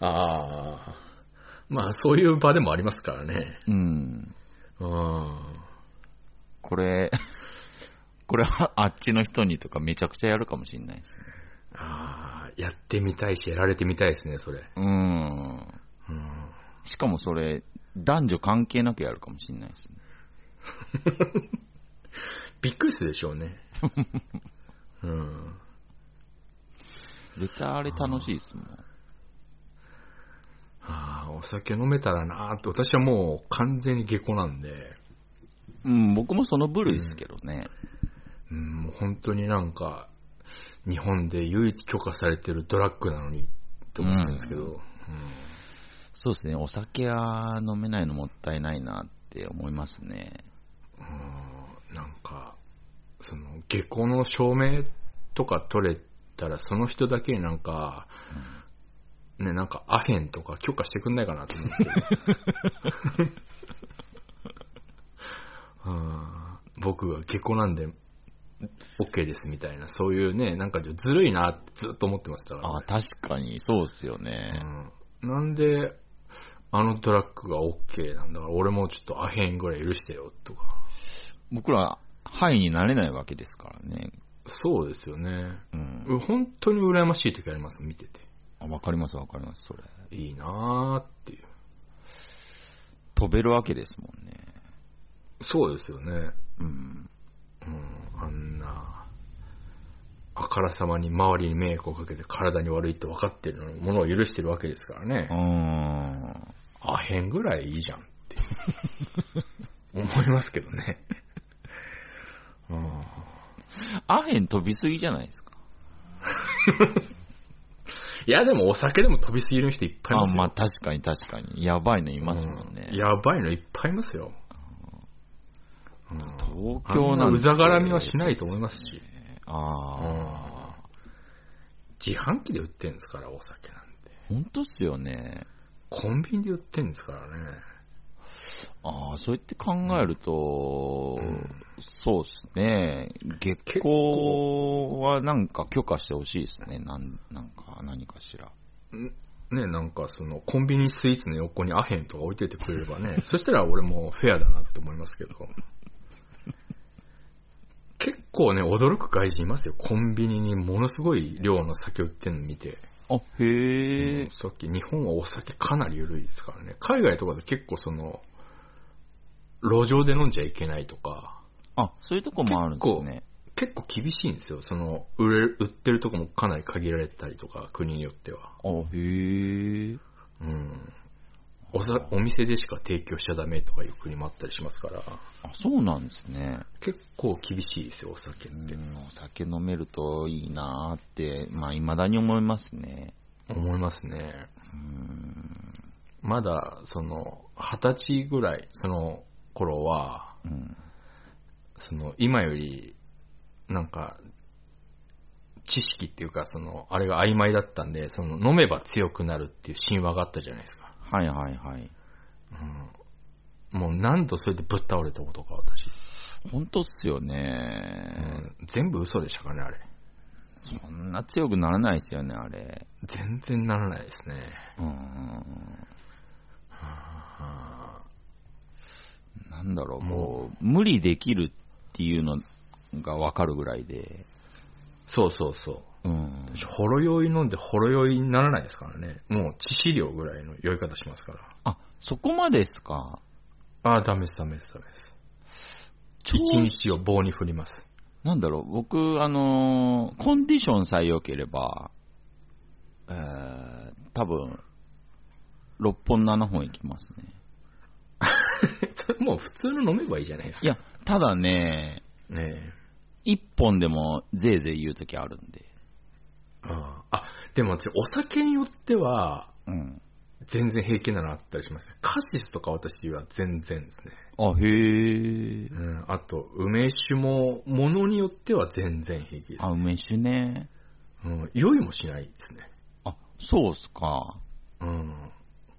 Speaker 1: ああ。まあ、そういう場でもありますからね。
Speaker 2: うん。
Speaker 1: うん。
Speaker 2: これ、 [LAUGHS] これはあっちの人にとかめちゃくちゃやるかもしれないですね。
Speaker 1: ああ、やってみたいし、やられてみたいですね、それ。
Speaker 2: うん。
Speaker 1: うん。
Speaker 2: しかもそれ、男女関係なくやるかもしれないですね。
Speaker 1: びっくりするでしょうね。 [LAUGHS] うん。
Speaker 2: 絶対あれ楽しいですもん。
Speaker 1: ああ、お酒飲めたらなーって、私はもう完全に下戸なんで、
Speaker 2: うん、僕もその部類ですけどね。
Speaker 1: うん、もう本当になんか、日本で唯一許可されてるドラッグなのにって思ってるんですけど、
Speaker 2: うん
Speaker 1: うん
Speaker 2: そうですね。お酒は飲めないのもったいないなって思いますね。
Speaker 1: うんなんか、その、下戸の証明とか取れたら、その人だけになんか、ね、なんかアヘンとか許可してくんないかなと思
Speaker 2: [LAUGHS]
Speaker 1: って。うん僕は下戸なんで、OK ですみたいな、そういうね、なんかずるいなってずっと思ってましたから
Speaker 2: あ、確かに、そうですよね。
Speaker 1: うんなんで、あのトラックが OK なんだから、俺もちょっとアヘンぐらい許してよとか。
Speaker 2: 僕ら、範囲になれないわけですからね。
Speaker 1: そうですよね。
Speaker 2: うん。
Speaker 1: う本当に羨ましい時あります、見てて。
Speaker 2: あわかります、わかります、それ。
Speaker 1: いいなーっていう。
Speaker 2: 飛べるわけですもんね。
Speaker 1: そうですよね。
Speaker 2: うん。
Speaker 1: うん、あんな、あからさまに周りに迷惑をかけて体に悪いって分かってるのに、ものを許してるわけですから
Speaker 2: うー
Speaker 1: ね。
Speaker 2: ん。
Speaker 1: アヘンぐらいいいじゃんって [LAUGHS] いう思いますけどね。うん
Speaker 2: アヘン飛びすぎじゃないですか。
Speaker 1: いや、でもお酒でも飛びすぎる人いっぱいい
Speaker 2: あ、
Speaker 1: ますよ。
Speaker 2: まあ確かに確かに。やばいのいますもんね
Speaker 1: う。んやばいのいっぱいいますよ。うん
Speaker 2: 東
Speaker 1: あ
Speaker 2: 京
Speaker 1: んな
Speaker 2: なんて
Speaker 1: うざがらみはしないと思いますし。
Speaker 2: ああ、
Speaker 1: 自販機で売ってるんですから、お酒なんて。
Speaker 2: 本当っすよね。
Speaker 1: コンビニで売ってるんですからね。
Speaker 2: ああ、そうやって考えると、
Speaker 1: うん
Speaker 2: そうですね。月
Speaker 1: 結
Speaker 2: 光はなんか許可してほしいですね。なんなんか、何かしら。
Speaker 1: ね、なんかその、コンビニスイーツの横にアヘンとか置いててくれればね、そしたら俺もフェアだなって思いますけど。結構ね、驚く外人いますよ。コンビニにものすごい量の酒売ってるの見て。
Speaker 2: あ、へえ。
Speaker 1: さっき日本はお酒かなり緩いですからね。海外とかで結構その、路上で飲んじゃいけないとか、
Speaker 2: あ、そういうとこもあるんですね。
Speaker 1: 結構厳しいんですよ。その、売れる、売ってるとこもかなり限られてたりとか、国によっては。
Speaker 2: あ、へえ。
Speaker 1: うん。おさ、お店でしか提供しちゃダメとかいう国もあったりしますから、
Speaker 2: あ、そうなんですね。
Speaker 1: 結構厳しいですよ、お酒っ
Speaker 2: う
Speaker 1: て。
Speaker 2: ん、お酒飲めるといいなーって、まあ、未だに思いますね。
Speaker 1: 思いますね。
Speaker 2: うん。
Speaker 1: まだ、その、二十歳ぐらい、その頃は、
Speaker 2: うん。
Speaker 1: その今よりなんか知識っていうかそのあれが曖昧だったんでその飲めば強くなるっていう神話があったじゃないですか、
Speaker 2: はいはいはい。
Speaker 1: うん、もう何度それでぶっ倒れたことか私、
Speaker 2: 本当っすよ
Speaker 1: う
Speaker 2: ね。
Speaker 1: ん、全部嘘でしたからねあれ
Speaker 2: そんな強くならないですよね、あれ。
Speaker 1: 全然ならないですね
Speaker 2: うん。
Speaker 1: あ
Speaker 2: なんだろう、もう、無理できるっていうのがわかるぐらいで。
Speaker 1: そうそうそう
Speaker 2: うん。
Speaker 1: 私ほろ酔い飲んでほろ酔いにならないですからねもう致死量ぐらいの酔い方しますから
Speaker 2: あ、そこまでですか。
Speaker 1: ああダメですダメですダメです
Speaker 2: 超
Speaker 1: 一日を棒に振ります [LAUGHS]
Speaker 2: なんだろう、僕、あのーコンディションさえ良ければ、えー、多分、6本7本いきますね。
Speaker 1: それもう普通の飲めばいいじゃないです
Speaker 2: い
Speaker 1: か。
Speaker 2: や、ただね、
Speaker 1: ねえ
Speaker 2: 1本でもぜいぜい言うときあるんで。
Speaker 1: ああ、でも私、お酒によっては、
Speaker 2: うん。
Speaker 1: 全然平気なのあったりしますね。カシスとか私は全然ですね。
Speaker 2: あ、へえ。
Speaker 1: うん、あと、梅酒も、ものによっては全然平気です
Speaker 2: あ、。梅酒ね。
Speaker 1: うん、酔いもしないですね。
Speaker 2: あ、そうっすか。
Speaker 1: うん。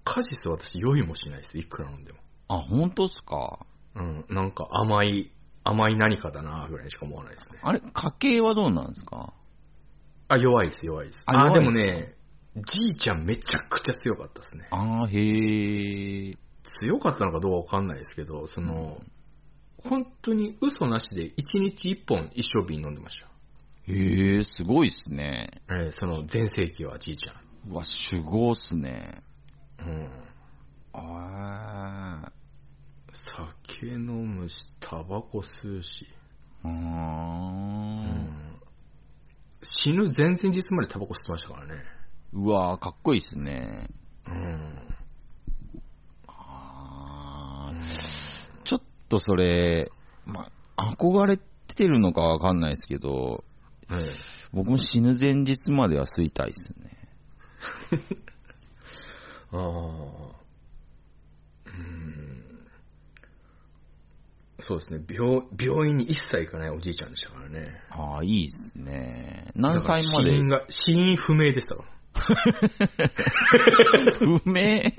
Speaker 1: カシス私酔いもしないです。いくら飲んでも。
Speaker 2: あ、ほんとっすか。
Speaker 1: うん、なんか甘い、甘い何かだな、ぐらいしか思わないですね。
Speaker 2: あれ、家計はどうなんですか
Speaker 1: あ、弱いです、弱いです。
Speaker 2: あ
Speaker 1: あ、
Speaker 2: 弱
Speaker 1: で
Speaker 2: い
Speaker 1: も
Speaker 2: ですか
Speaker 1: ね、じいちゃんめちゃくちゃ強かったですね。
Speaker 2: あー、へえ。
Speaker 1: 強かったのかどうかわかんないですけど、その、本当に嘘なしで1日1本一生瓶飲んでました。
Speaker 2: へえ、すごいっすね。
Speaker 1: えーその全盛期はじいち
Speaker 2: うわ、酒豪っすね。
Speaker 1: ゃん。うん。
Speaker 2: あ
Speaker 1: 酒飲むし、タバコ吸うし、
Speaker 2: ー。うー。
Speaker 1: うん死ぬ前々日までタバコ吸ってましたからね。
Speaker 2: うわー、かっこいいっすね。
Speaker 1: うん。
Speaker 2: あー。ちょっとそれ、ま、憧れてるのかわかんないですけど、
Speaker 1: うんええ
Speaker 2: 僕も死ぬ前日までは吸いたいっすね。
Speaker 1: ああ。うん。そうですね。病、病院に一切行かないおじいちゃんでしたからね。
Speaker 2: あー、いいっすね。何歳ま
Speaker 1: だから死
Speaker 2: で
Speaker 1: 因が、死因不明でしたから。
Speaker 2: 不明。へ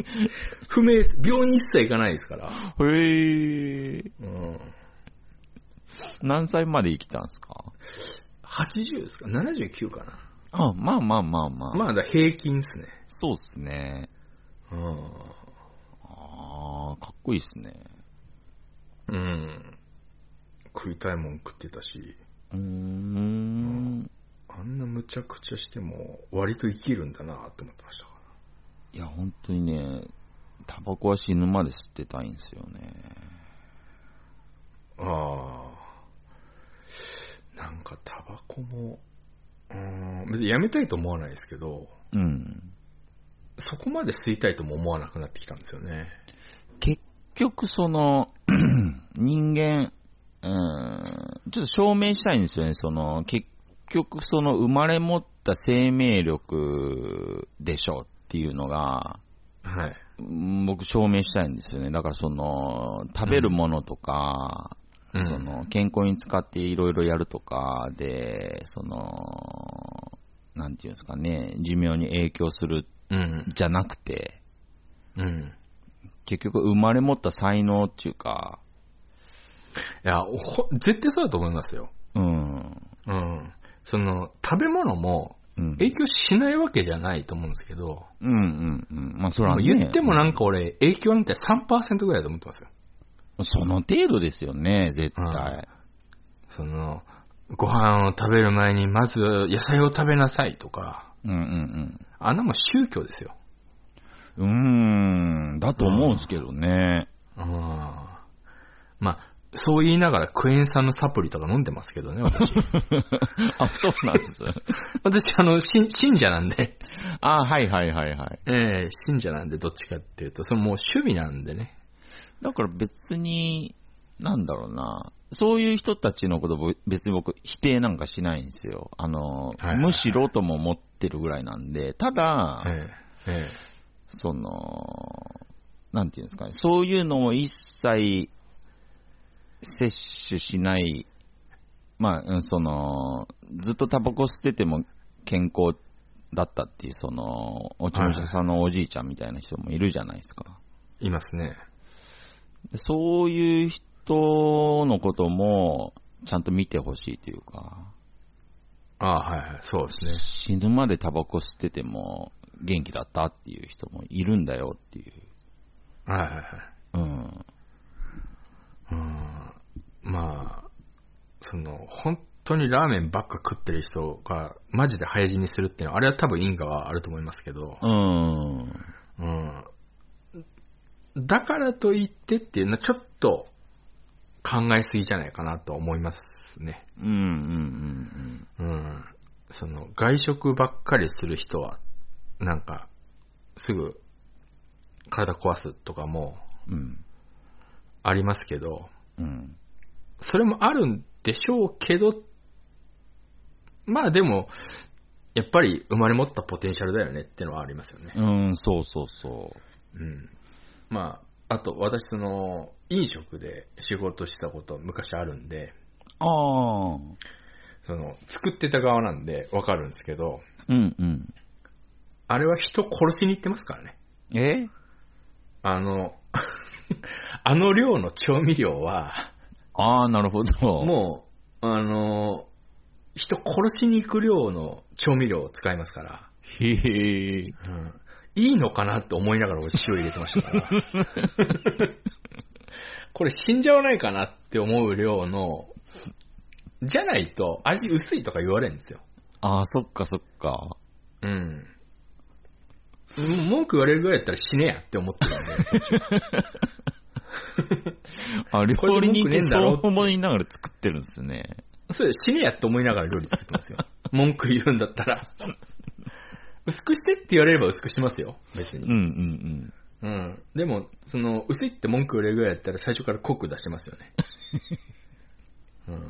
Speaker 1: 不明です。病院一切行かないですから。
Speaker 2: ー。
Speaker 1: うん。
Speaker 2: 何歳まで生きたんすか
Speaker 1: 80ですか ?79 かな。
Speaker 2: あ、まあまあまあまあ。
Speaker 1: まあ、だから平均ですね。
Speaker 2: そうっすね。
Speaker 1: うん。
Speaker 2: あー、かっこいいっすね。
Speaker 1: うん。食いたいもん食ってたし、
Speaker 2: うーん。
Speaker 1: あんなむちゃくちゃしても、割と生きるんだなって思ってましたか
Speaker 2: いや、本当にね、タバコは死ぬまで吸ってたいんですよね。
Speaker 1: ら。ああ。なんか、タバコも、うん、別にやめたいと思わないですけど、
Speaker 2: うん。
Speaker 1: そこまで吸いたいとも思わなくなってきたんですよね。
Speaker 2: 結局、その、 [CLEARS THROAT] 人間、うん、ちょっと証明したいんですよね。その、結局、その生まれ持った生命力でしょうっていうのが、
Speaker 1: はい。
Speaker 2: うん僕証明したいんですよね。だからその、食べるものとか、
Speaker 1: うん
Speaker 2: その、健康に使っていろいろやるとかで、その、なんていうんですかね、寿命に影響する
Speaker 1: うん。
Speaker 2: じゃなくて、
Speaker 1: うん。
Speaker 2: 結局生まれ持った才能っていうか、
Speaker 1: いや、ほ絶対そうだと思いますよ。
Speaker 2: うん。
Speaker 1: うん。その、食べ物も
Speaker 2: うん、
Speaker 1: 影響しないわけじゃないと思うんですけど、
Speaker 2: うんうんうん。まあそれ
Speaker 1: ま
Speaker 2: は
Speaker 1: あ
Speaker 2: ね、
Speaker 1: 言ってもなんか俺、影響みたい3%ぐらいだと思ってますよ。
Speaker 2: その程度ですよね、絶対。
Speaker 1: その、ご飯を食べる前にまず野菜を食べなさいとか、
Speaker 2: うんうん
Speaker 1: あんなもん宗教ですよ。
Speaker 2: うん。うーん、だと思うんですけ
Speaker 1: [LAUGHS]
Speaker 2: どね。
Speaker 1: うん。まあ、そう言いながらクエン酸のサプリとか飲んでますけどね、私。
Speaker 2: あ、そうなんです。
Speaker 1: 私、あの、信信者なんで。
Speaker 2: [LAUGHS] あ、はいはいはいはい。
Speaker 1: ええ信者なんで、どっちかっていうと、そのもう趣味なんでね。
Speaker 2: だから別に、なんだろうな、そういう人たちのこと、ぼ別に僕、否定なんかしないんですよ。あの、
Speaker 1: いはいはい
Speaker 2: むしろとも思ってるぐらいなんで、ただ、
Speaker 1: えええ
Speaker 2: その、なんていうんですかね、そういうのを一切摂取しない、まあ、うんその、ずっとタバコ吸ってても健康だったっていう、その、お茶者さんのおじいちゃんみたいな人もいるじゃないですか。
Speaker 1: えいますね。
Speaker 2: でそういう人のことも、ちゃんと見てほしいというか、
Speaker 1: ああ、はいはい、そうですね。
Speaker 2: 死ぬまでタバコ吸ってても元気だったっていう人もいるんだよっていう。
Speaker 1: はいはいはい。
Speaker 2: うん。
Speaker 1: うんまあ、その、本当にラーメンばっか食ってる人が、マジで早死にするっていうのは、あれは多分因果はあると思いますけど、
Speaker 2: うん。
Speaker 1: うん。だからといってっていうのは、ちょっと考えすぎじゃないかなとは思いますね。
Speaker 2: うんうんうん
Speaker 1: うん。その、外食ばっかりする人は、なんか、すぐ、体壊すとかも
Speaker 2: うん。
Speaker 1: ありますけど、
Speaker 2: うん。
Speaker 1: それもあるんでしょうけど、まあでも、やっぱり生まれ持ったポテンシャルだよねってのはありますよね。
Speaker 2: うん、そうそうそ
Speaker 1: うん。まあ、あと私その、飲食で仕事してたこと昔あるんで、
Speaker 2: う。ああ。
Speaker 1: その、作ってた側なんでわかるんですけど、
Speaker 2: うんうん。
Speaker 1: あれは人殺しに行ってますからね。
Speaker 2: え
Speaker 1: あの、 [LAUGHS] あの量の調味料は、
Speaker 2: ああ、なるほど。
Speaker 1: もう、あの、人殺しに行く量の調味料を使いますから、
Speaker 2: う。へえ。
Speaker 1: うんいいのかなって思いながら俺塩入れてましたから。これ死んじゃわないかなって思う量の、じゃないと味薄いとか言われるんですよ。
Speaker 2: ああ、そっかそっか。
Speaker 1: うん。もう文句言われるぐらいだったら死ねやって思ってるんで。
Speaker 2: あ、料理人って
Speaker 1: これで文句ねえんだろ
Speaker 2: そ
Speaker 1: っ
Speaker 2: う
Speaker 1: て
Speaker 2: 思いながら作ってるんですね。
Speaker 1: それ死ねやって思いながら料理作ってますよ。文句言うんだったら。薄くしてって言われれば薄くしますよ。別
Speaker 2: う
Speaker 1: に
Speaker 2: んう。ん
Speaker 1: うん。でも、その、薄いって文句言われるぐらいだったら最初から濃く出しますよ [LAUGHS] ね。うん。
Speaker 2: うん。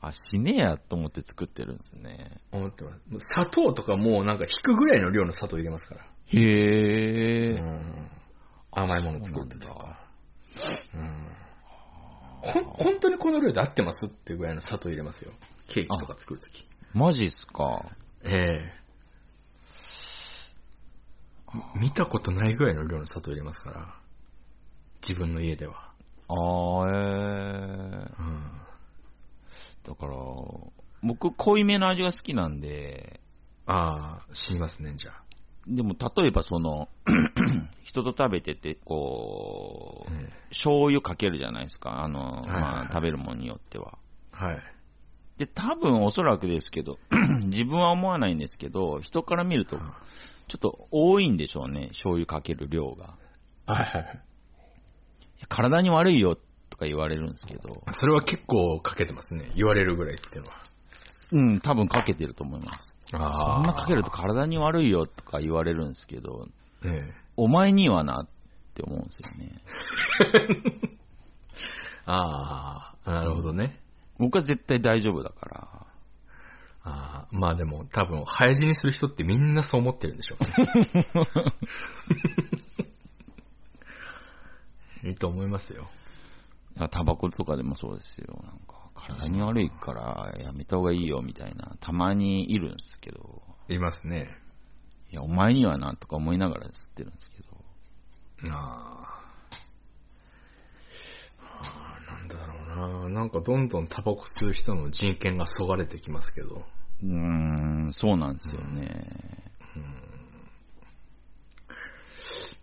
Speaker 2: あ、死ねやと思って作ってるんですね。
Speaker 1: 思ってます。もう砂糖とかもうなんか引くぐらいの量の砂糖入れますから。う
Speaker 2: へえ。
Speaker 1: ん。甘いもの作ってたから。うん。ほん、本当にこの量で合ってますっていうぐらいの砂糖入れますよ。ケーキとか作るとき。
Speaker 2: マジっすか。
Speaker 1: ええ見たことないぐらいの量の砂糖入れますから。自分の家では。
Speaker 2: ああ、ええ。
Speaker 1: うん。
Speaker 2: だから、僕、濃いめの味が好きなんで、
Speaker 1: ああ、死にますね、じゃあ。
Speaker 2: でも、例えば、その、 [CLEARS THROAT] 人と食べてて、こう、
Speaker 1: ええ
Speaker 2: 醤油かけるじゃないですか。あの、
Speaker 1: はい
Speaker 2: まあ、食べるものによっては。
Speaker 1: はい。
Speaker 2: で、多分おそらくですけど、 [CLEARS THROAT] 自分は思わないんですけど、人から見ると、
Speaker 1: あ
Speaker 2: ちょっと多いんでしょうね、醤油かける量が。
Speaker 1: はいはいはい。
Speaker 2: いや体に悪いよとか言われるんですけど、
Speaker 1: それは結構かけてますね。言われるぐらいっていうのは。
Speaker 2: うん、多分かけてると思います。
Speaker 1: あ
Speaker 2: そんなかけると体に悪いよとか言われるんですけど、
Speaker 1: ええ
Speaker 2: お前にはなって思うんですよね。
Speaker 1: ああ、なるほどね。
Speaker 2: 僕は絶対大丈夫だから。
Speaker 1: ああまあでも多分、早死にする人ってみんなそう思ってるんでしょう [LAUGHS] ね。いいと思いますよ。
Speaker 2: だからタバコとかでもそうですよ。なんか体に悪いからやめた方がいいよみたいな、たまにいるんですけど、
Speaker 1: いますね。
Speaker 2: いや、お前にはなとか思いながら吸ってるんですけど。
Speaker 1: ああ。ああなんだろうな。なんかどんどんタバコ吸う人の人権がそがれてきますけど。
Speaker 2: うーん、そうなんですよね。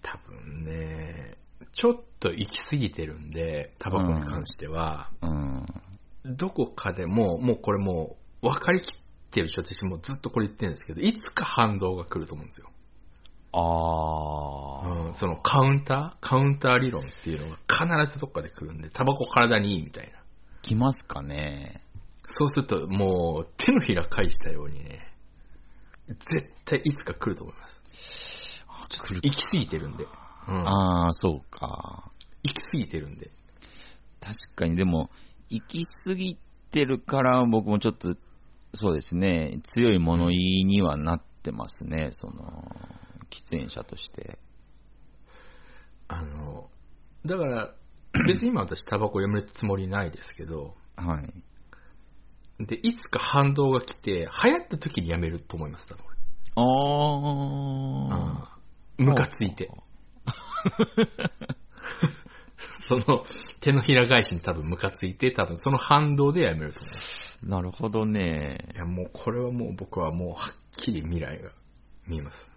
Speaker 1: 多分ね、ちょっと行き過ぎてるんで、タバコに関しては、
Speaker 2: うん。
Speaker 1: どこかでもう、もうこれもう、分かりきってるし、私もうずっとこれ言ってるんですけど、いつか反動が来ると思うんですよ。
Speaker 2: あー。
Speaker 1: うん、そのカウンターカウンター理論っていうのが必ずどっかで来るんで、タバコ体にいいみたいな。
Speaker 2: 来ますかね。
Speaker 1: そうすると、もう、手のひら返したようにね、絶対いつか来ると思います。
Speaker 2: ちょっ
Speaker 1: 行き過ぎてるんで。うん、
Speaker 2: あー、そうか。
Speaker 1: 行き過ぎてるんで。
Speaker 2: 確かに、でも、行き過ぎてるから、僕もちょっと、そうですね、強い物言いにはなってますね、その、喫煙者として。
Speaker 1: あの、だ [CLEARS THROAT] から、別に今私タバコやめるつもりないですけど、
Speaker 2: はい。
Speaker 1: で、いつか反動が来て、流行った時にやめると思います、多分
Speaker 2: あー。
Speaker 1: 俺。ムカついて。。 [LAUGHS] その、手のひら返しに多分ムカついて、多分その反動でやめると思います。
Speaker 2: なるほどね。
Speaker 1: いや、もうこれはもう僕はもうはっきり未来が見えます。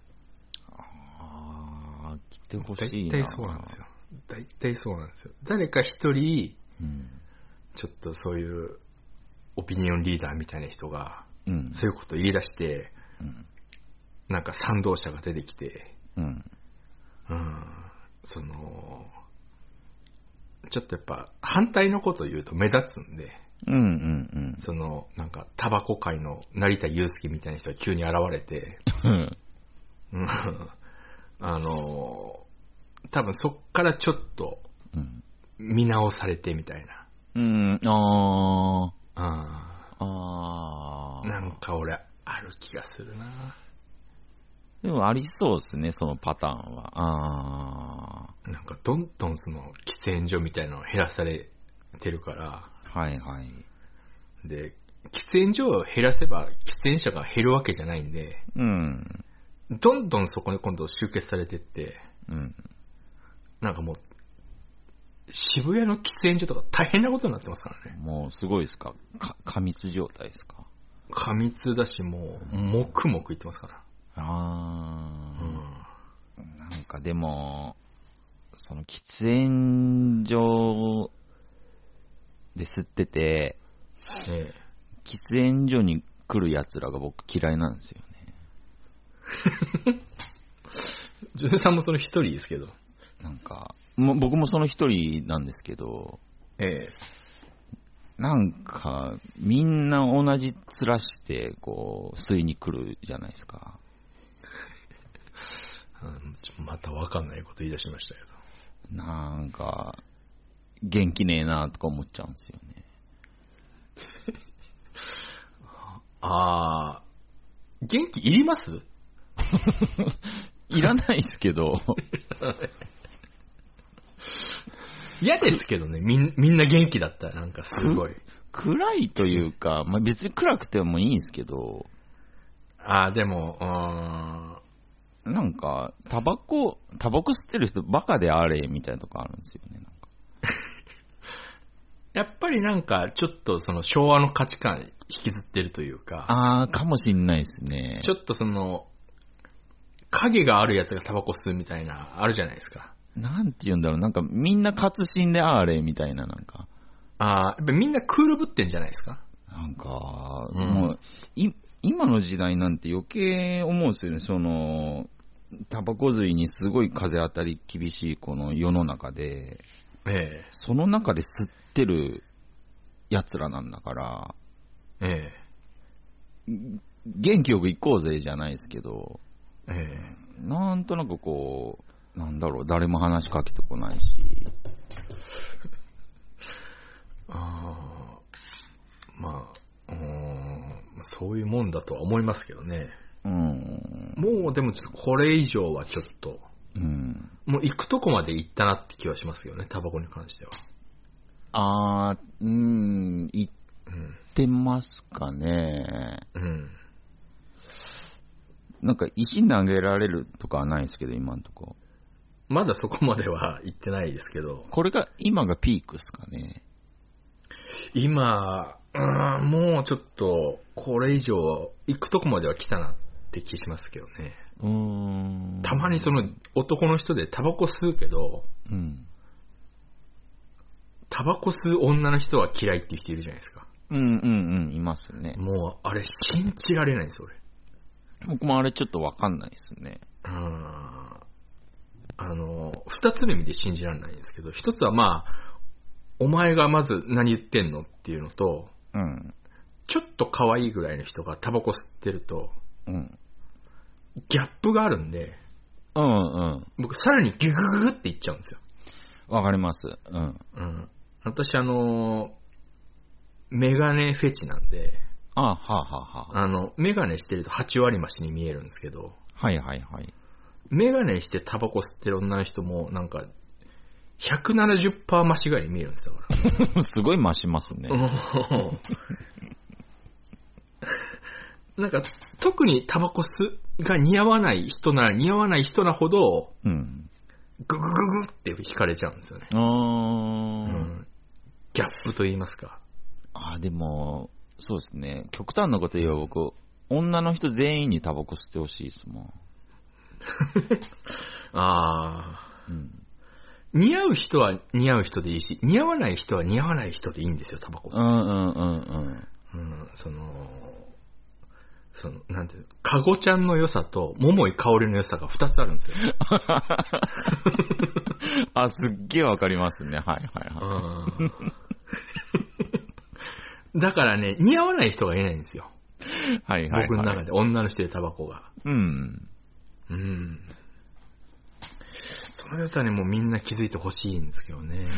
Speaker 2: あー、来てほしい
Speaker 1: 大
Speaker 2: な。
Speaker 1: 体そうなんですよ。大体そうなんですよ。誰か一人、
Speaker 2: うん。
Speaker 1: ちょっとそういう、オピニオンリーダーみたいな人が、
Speaker 2: うん。
Speaker 1: そういうこと言い出して、
Speaker 2: うん。
Speaker 1: なんか賛同者が出てきて、
Speaker 2: うん。
Speaker 1: うん、その、ちょっとやっぱ反対のこと言うと目立つんで、
Speaker 2: うんうん
Speaker 1: その、なんかタバコ界の成田悠介みたいな人が急に現れて、
Speaker 2: うん。
Speaker 1: うん [LAUGHS] あのー、多分そっからちょっと
Speaker 2: うん。
Speaker 1: 見直されてみたいな。
Speaker 2: うん、あ
Speaker 1: あ
Speaker 2: ー、あ
Speaker 1: ー
Speaker 2: ー。
Speaker 1: なんか俺、ある気がするな。
Speaker 2: でもありそうですね、そのパターンは。あー。
Speaker 1: なんかどんどんその喫煙所みたいなのを減らされてるから、
Speaker 2: はいはい。
Speaker 1: で、喫煙所を減らせば喫煙者が減るわけじゃないんで、
Speaker 2: うん。
Speaker 1: どんどんそこに今度集結されてって、
Speaker 2: うん。
Speaker 1: なんかもう、渋谷の喫煙所とか大変なことになってますからね。
Speaker 2: もうすごいですかか過密状態ですか
Speaker 1: 過密だし、もう、黙々言ってますから。
Speaker 2: あ
Speaker 1: う
Speaker 2: ー。
Speaker 1: ん。
Speaker 2: なんかでも、その喫煙所で吸ってて、
Speaker 1: ええ。
Speaker 2: 喫煙所に来る奴らが僕嫌いなんですよね。
Speaker 1: ジュネさんもその一人ですけど。
Speaker 2: なんか、もう僕もその一人なんですけど、
Speaker 1: ええ。
Speaker 2: なんか、みんな同じ面して、こう、吸いに来るじゃないですか。
Speaker 1: うんちょまたわかんないこと言い出しましたけど。
Speaker 2: なんか、元気ねえなとか思っちゃうんですよね。
Speaker 1: あー、元気いります
Speaker 2: いらないですけ [LAUGHS] ど、
Speaker 1: 嫌ですけどね、みん、みんな元気だったら、なんかすごい。
Speaker 2: 暗いというか、まあ、別に暗くてもいいんですけど、
Speaker 1: あー、でも、うーん、
Speaker 2: なんか、タバコ、タバコ吸ってる人バカであれ、みたいなとこあるんですよね。なんか
Speaker 1: やっぱりなんか、ちょっとその昭和の価値観引きずってるというか、
Speaker 2: あー、かもしんないですね。
Speaker 1: ちょっとその、影があるやつがタバコ吸うみたいな、あるじゃないですか。
Speaker 2: なんて言うんだろう、なんかみんな活心であれ、みたいな、なんか。
Speaker 1: あー、やっぱみんなクールぶってんじゃないですか。
Speaker 2: なんか、
Speaker 1: うん
Speaker 2: もうい、今の時代なんて余計思うんですよね、その、タバコ吸いにすごい風当たり厳しいこの世の中で、
Speaker 1: ええ、
Speaker 2: その中で吸ってる奴らなんだから、
Speaker 1: ええ、
Speaker 2: 元気よく行こうぜじゃないですけど、
Speaker 1: え
Speaker 2: なんとなくこう、なんだろう、誰も話しかけてこないし、
Speaker 1: え。あー、まあ、うーん、そういうもんだとは思いますけどね。
Speaker 2: うん、
Speaker 1: もうでもちょっとこれ以上はちょっと、
Speaker 2: うん。
Speaker 1: もう行くとこまで行ったなって気はしますよね、タバコに関しては。
Speaker 2: あー、うん、行っ
Speaker 1: うん。
Speaker 2: てますかね。
Speaker 1: うん。
Speaker 2: なんか石投げられるとかはないですけど、今んとこ。
Speaker 1: まだそこまでは行ってないですけど、
Speaker 2: これが、今がピークっすかね。
Speaker 1: 今、うん、もうちょっと、これ以上、行くとこまでは来たなって気しますけどね。
Speaker 2: うーん。
Speaker 1: たまにその、男の人でタバコ吸うけど、
Speaker 2: うん。
Speaker 1: タバコ吸う女の人は嫌いって人いるじゃないですか。
Speaker 2: うんうんうん、いますね。
Speaker 1: もう、あれ、信じられないんです、俺。
Speaker 2: 僕もあれちょっとわかんないですね。
Speaker 1: うん。あの、二つの意味で信じられないんですけど、一つはまあ、お前がまず何言ってんのっていうのと、
Speaker 2: うん。
Speaker 1: ちょっと可愛いぐらいの人がタバコ吸ってると、
Speaker 2: うん。
Speaker 1: ギャップがあるんで、
Speaker 2: うんうん。
Speaker 1: 僕さらにギュグググっていっちゃうんですよ。
Speaker 2: わかります。うん。
Speaker 1: うん。私あのー、メガネフェチなんで、
Speaker 2: あはあはあはあ。
Speaker 1: あの、メガネしてると8割増しに見えるんですけど、
Speaker 2: はいはいはい。 [LAUGHS]
Speaker 1: メガネしてタバコ吸ってる女の人もなんか、170%増しぐらいに見えるんですよ、だか
Speaker 2: すごい増しますね。
Speaker 1: ら。なんか、特にタバコ吸が似合わない人なら似合わない人なほど、
Speaker 2: うん。
Speaker 1: ググググって惹かれちゃうんですよね。う
Speaker 2: あー。
Speaker 1: ん。ギャップと言いますか。
Speaker 2: あー、でも、そうですね。極端なこと言えば僕、女の人全員にタバコ吸ってほしいですもん。
Speaker 1: ああ。
Speaker 2: うん。
Speaker 1: 似合う人は似合う人でいいし、似合わない人は似合わない人でいいんですよ、タバコ。
Speaker 2: うんうんうんうん。
Speaker 1: うん、その、その、なんていうの、かごちゃんの良さと、桃井香りの良さが二つあるんですよ。
Speaker 2: [LAUGHS] あ、すっげえわかりますね。はいはいはい。
Speaker 1: うんだからね、似合わない人がいないんですよ。
Speaker 2: はいはい、はい。
Speaker 1: 僕の中で、女の人でタバコが。
Speaker 2: うん。
Speaker 1: うん。その良さにもみんな気づいてほしいんですけどね。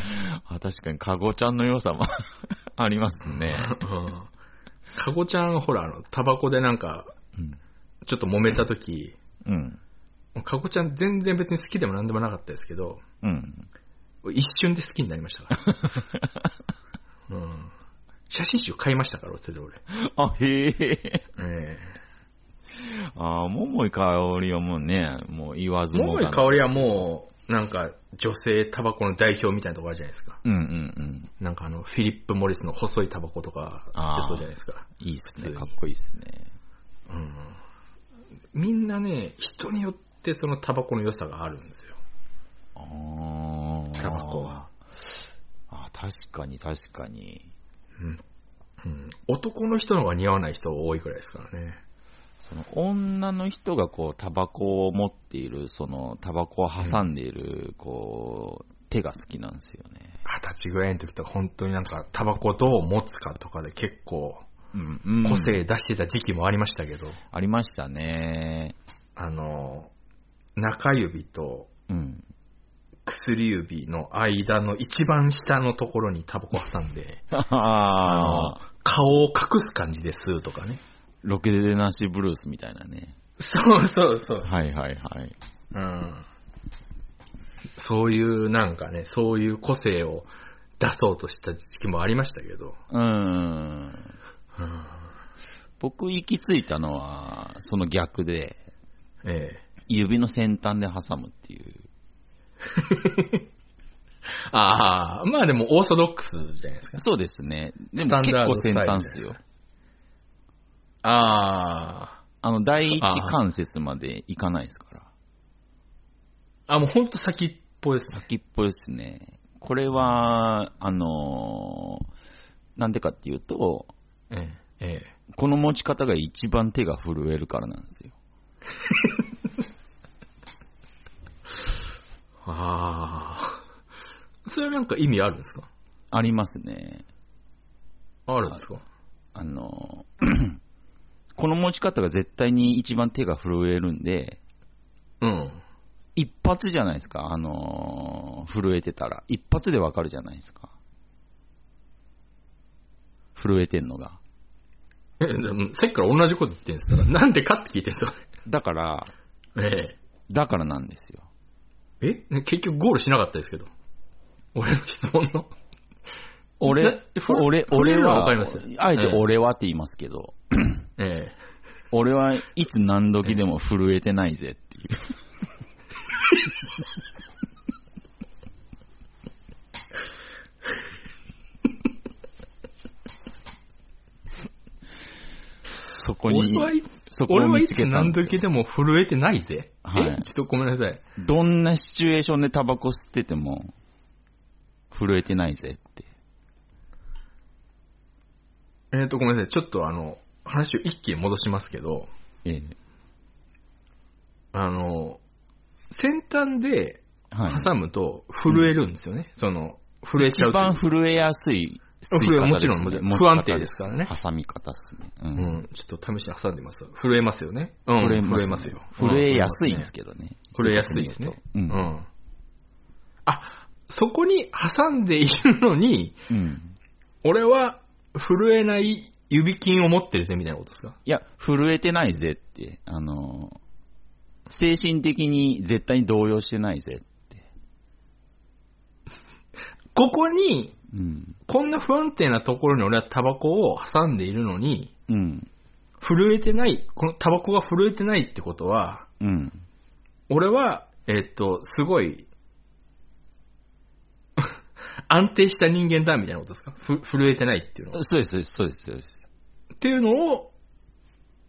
Speaker 2: あ、確かに、かごちゃんの良さも [LAUGHS] ありますね。
Speaker 1: うん。かごちゃん、ほら、あの、タバコでなんか、
Speaker 2: うん。
Speaker 1: ちょっと揉めた時、
Speaker 2: うん。
Speaker 1: かごちゃん全然別に好きでもなんでもなかったですけど、
Speaker 2: うん。
Speaker 1: 一瞬で好きになりましたから。うん。写真集買いましたから、それで俺。
Speaker 2: あ、へえ。
Speaker 1: え
Speaker 2: あー、桃井かおりはもうね、もう言わず
Speaker 1: え。
Speaker 2: も
Speaker 1: 桃
Speaker 2: が
Speaker 1: 井
Speaker 2: な
Speaker 1: かおりはもう、なんか、女性タバコの代表みたいなとこあるじゃないですか。
Speaker 2: うんうんうん。
Speaker 1: なんかあの、フィリップ・モリスの細いタバコとか吸ってそうじゃないですか。
Speaker 2: いいっす
Speaker 1: 普通
Speaker 2: ね。
Speaker 1: に
Speaker 2: かっこいいっすね。
Speaker 1: うん。みんなね、人によってそのタバコの良さがあるんですよ。
Speaker 2: あー
Speaker 1: タバコは。
Speaker 2: あ、確かに確かに。
Speaker 1: うん。うん、男の人の方が似合わない人多いくらいですからね。
Speaker 2: その女の人がこう、タバコを持っている、その、タバコを挟んでいる、こう、手が好きなんですよね。
Speaker 1: 二十歳ぐらいの時とか本当になんかタバコどう持つかとかで結構
Speaker 2: うん、うん。
Speaker 1: 個性出してた時期もありましたけど、
Speaker 2: ありましたね。
Speaker 1: あの、中指と
Speaker 2: うん。
Speaker 1: 薬指の間の一番下のところにタバコ挟んで、あ
Speaker 2: あ
Speaker 1: の
Speaker 2: あ、
Speaker 1: 顔を隠す感じで吸うとかね。
Speaker 2: [LAUGHS] ロケデナシブルースみたいなね。
Speaker 1: そうそうそう。
Speaker 2: はいはいはい。
Speaker 1: うん。そういうなんかね、そういう個性を出そうとした時期もありましたけど、
Speaker 2: うん。
Speaker 1: うん、
Speaker 2: 僕行き着いたのは、その逆で、
Speaker 1: ええ。
Speaker 2: 指の先端で挟むっていう。
Speaker 1: ああ、まあでもオーソドックスじゃないですか。
Speaker 2: そうですね。で
Speaker 1: ス
Speaker 2: も
Speaker 1: タン
Speaker 2: 結
Speaker 1: ダー
Speaker 2: 構
Speaker 1: ドスタイ
Speaker 2: 先
Speaker 1: ル
Speaker 2: 端っすよ。
Speaker 1: あ
Speaker 2: あの、第一
Speaker 1: あー
Speaker 2: 関節まで行かないですから。
Speaker 1: あ。あ、もうほんと先っぽですね。
Speaker 2: 先っぽですね。これは、あのーなんでかっていうと、
Speaker 1: ええ。え
Speaker 2: この持ち方が一番手が震えるからなんですよ。
Speaker 1: ああ。それはなんか意味あるんですか
Speaker 2: ありますね。
Speaker 1: あるんですか
Speaker 2: あのー [CLEARS THROAT] この持ち方が絶対に一番手が震えるんで、
Speaker 1: うん。
Speaker 2: 一発じゃないですか、あのー震えてたら。一発でわかるじゃないですか。震えてんのが。
Speaker 1: え、でもさっきから同じこと言ってるんですから、なんでかって聞いてるんです
Speaker 2: だから、
Speaker 1: かえ
Speaker 2: だからなんですよ。
Speaker 1: え。えね結局ゴールしなかったですけど。俺の質問の。
Speaker 2: 俺
Speaker 1: え、ふ震
Speaker 2: 俺、
Speaker 1: え
Speaker 2: 俺
Speaker 1: るのは
Speaker 2: は、
Speaker 1: わかります
Speaker 2: あえて
Speaker 1: ええ
Speaker 2: 俺はって言いますけど、
Speaker 1: ええ。
Speaker 2: 俺はいつ何時でも震えてないぜっていう。そこ
Speaker 1: 俺
Speaker 2: に
Speaker 1: はい、
Speaker 2: そこ
Speaker 1: 俺
Speaker 2: を
Speaker 1: はい
Speaker 2: 見つ
Speaker 1: つ
Speaker 2: けたん
Speaker 1: 何
Speaker 2: ですよ
Speaker 1: 時でも震えてないぜ。
Speaker 2: はい
Speaker 1: えちょっとごめんなさい。
Speaker 2: どんなシチュエーションでタバコ吸ってても、震えてないぜって。
Speaker 1: えっ、と、ごめんなさい。ちょっとあの、話を一気に戻しますけど、
Speaker 2: ええ。
Speaker 1: あの、先端で
Speaker 2: はい。
Speaker 1: 挟むと震えるんですよね。その、震えちゃ
Speaker 2: 一
Speaker 1: うという
Speaker 2: 番震えやすい吸い
Speaker 1: 震え
Speaker 2: 方
Speaker 1: も
Speaker 2: です
Speaker 1: ち
Speaker 2: ね、
Speaker 1: ろん、もちろん
Speaker 2: 持ち
Speaker 1: 不
Speaker 2: 方
Speaker 1: 安定ですからね。
Speaker 2: 挟み方ですね。う。
Speaker 1: うんん、ちょっと試しに挟んでみます。震えますよね。うん、震えますよ。
Speaker 2: 震えやすいんです
Speaker 1: け
Speaker 2: けどね。
Speaker 1: 震えやすいですね。
Speaker 2: う。
Speaker 1: どうんん。あ、そこに挟んでいるのに、
Speaker 2: うん。
Speaker 1: 俺は震えない指筋を持ってるぜ、みたいなことですか
Speaker 2: いや、震えてないぜって、あの、精神的に絶対に動揺してないぜって。
Speaker 1: ここに、
Speaker 2: うん。
Speaker 1: こんな不安定なところに俺はタバコを挟んでいるのに、
Speaker 2: うん。
Speaker 1: 震えてない、このタバコが震えてないってことは、
Speaker 2: うん。
Speaker 1: 俺は、えっと、すごい、 [LAUGHS] 安定した人間だみたいなことですかふ震えてないっていうのは。
Speaker 2: そうです、そうですそうです、そうです。
Speaker 1: っていうのを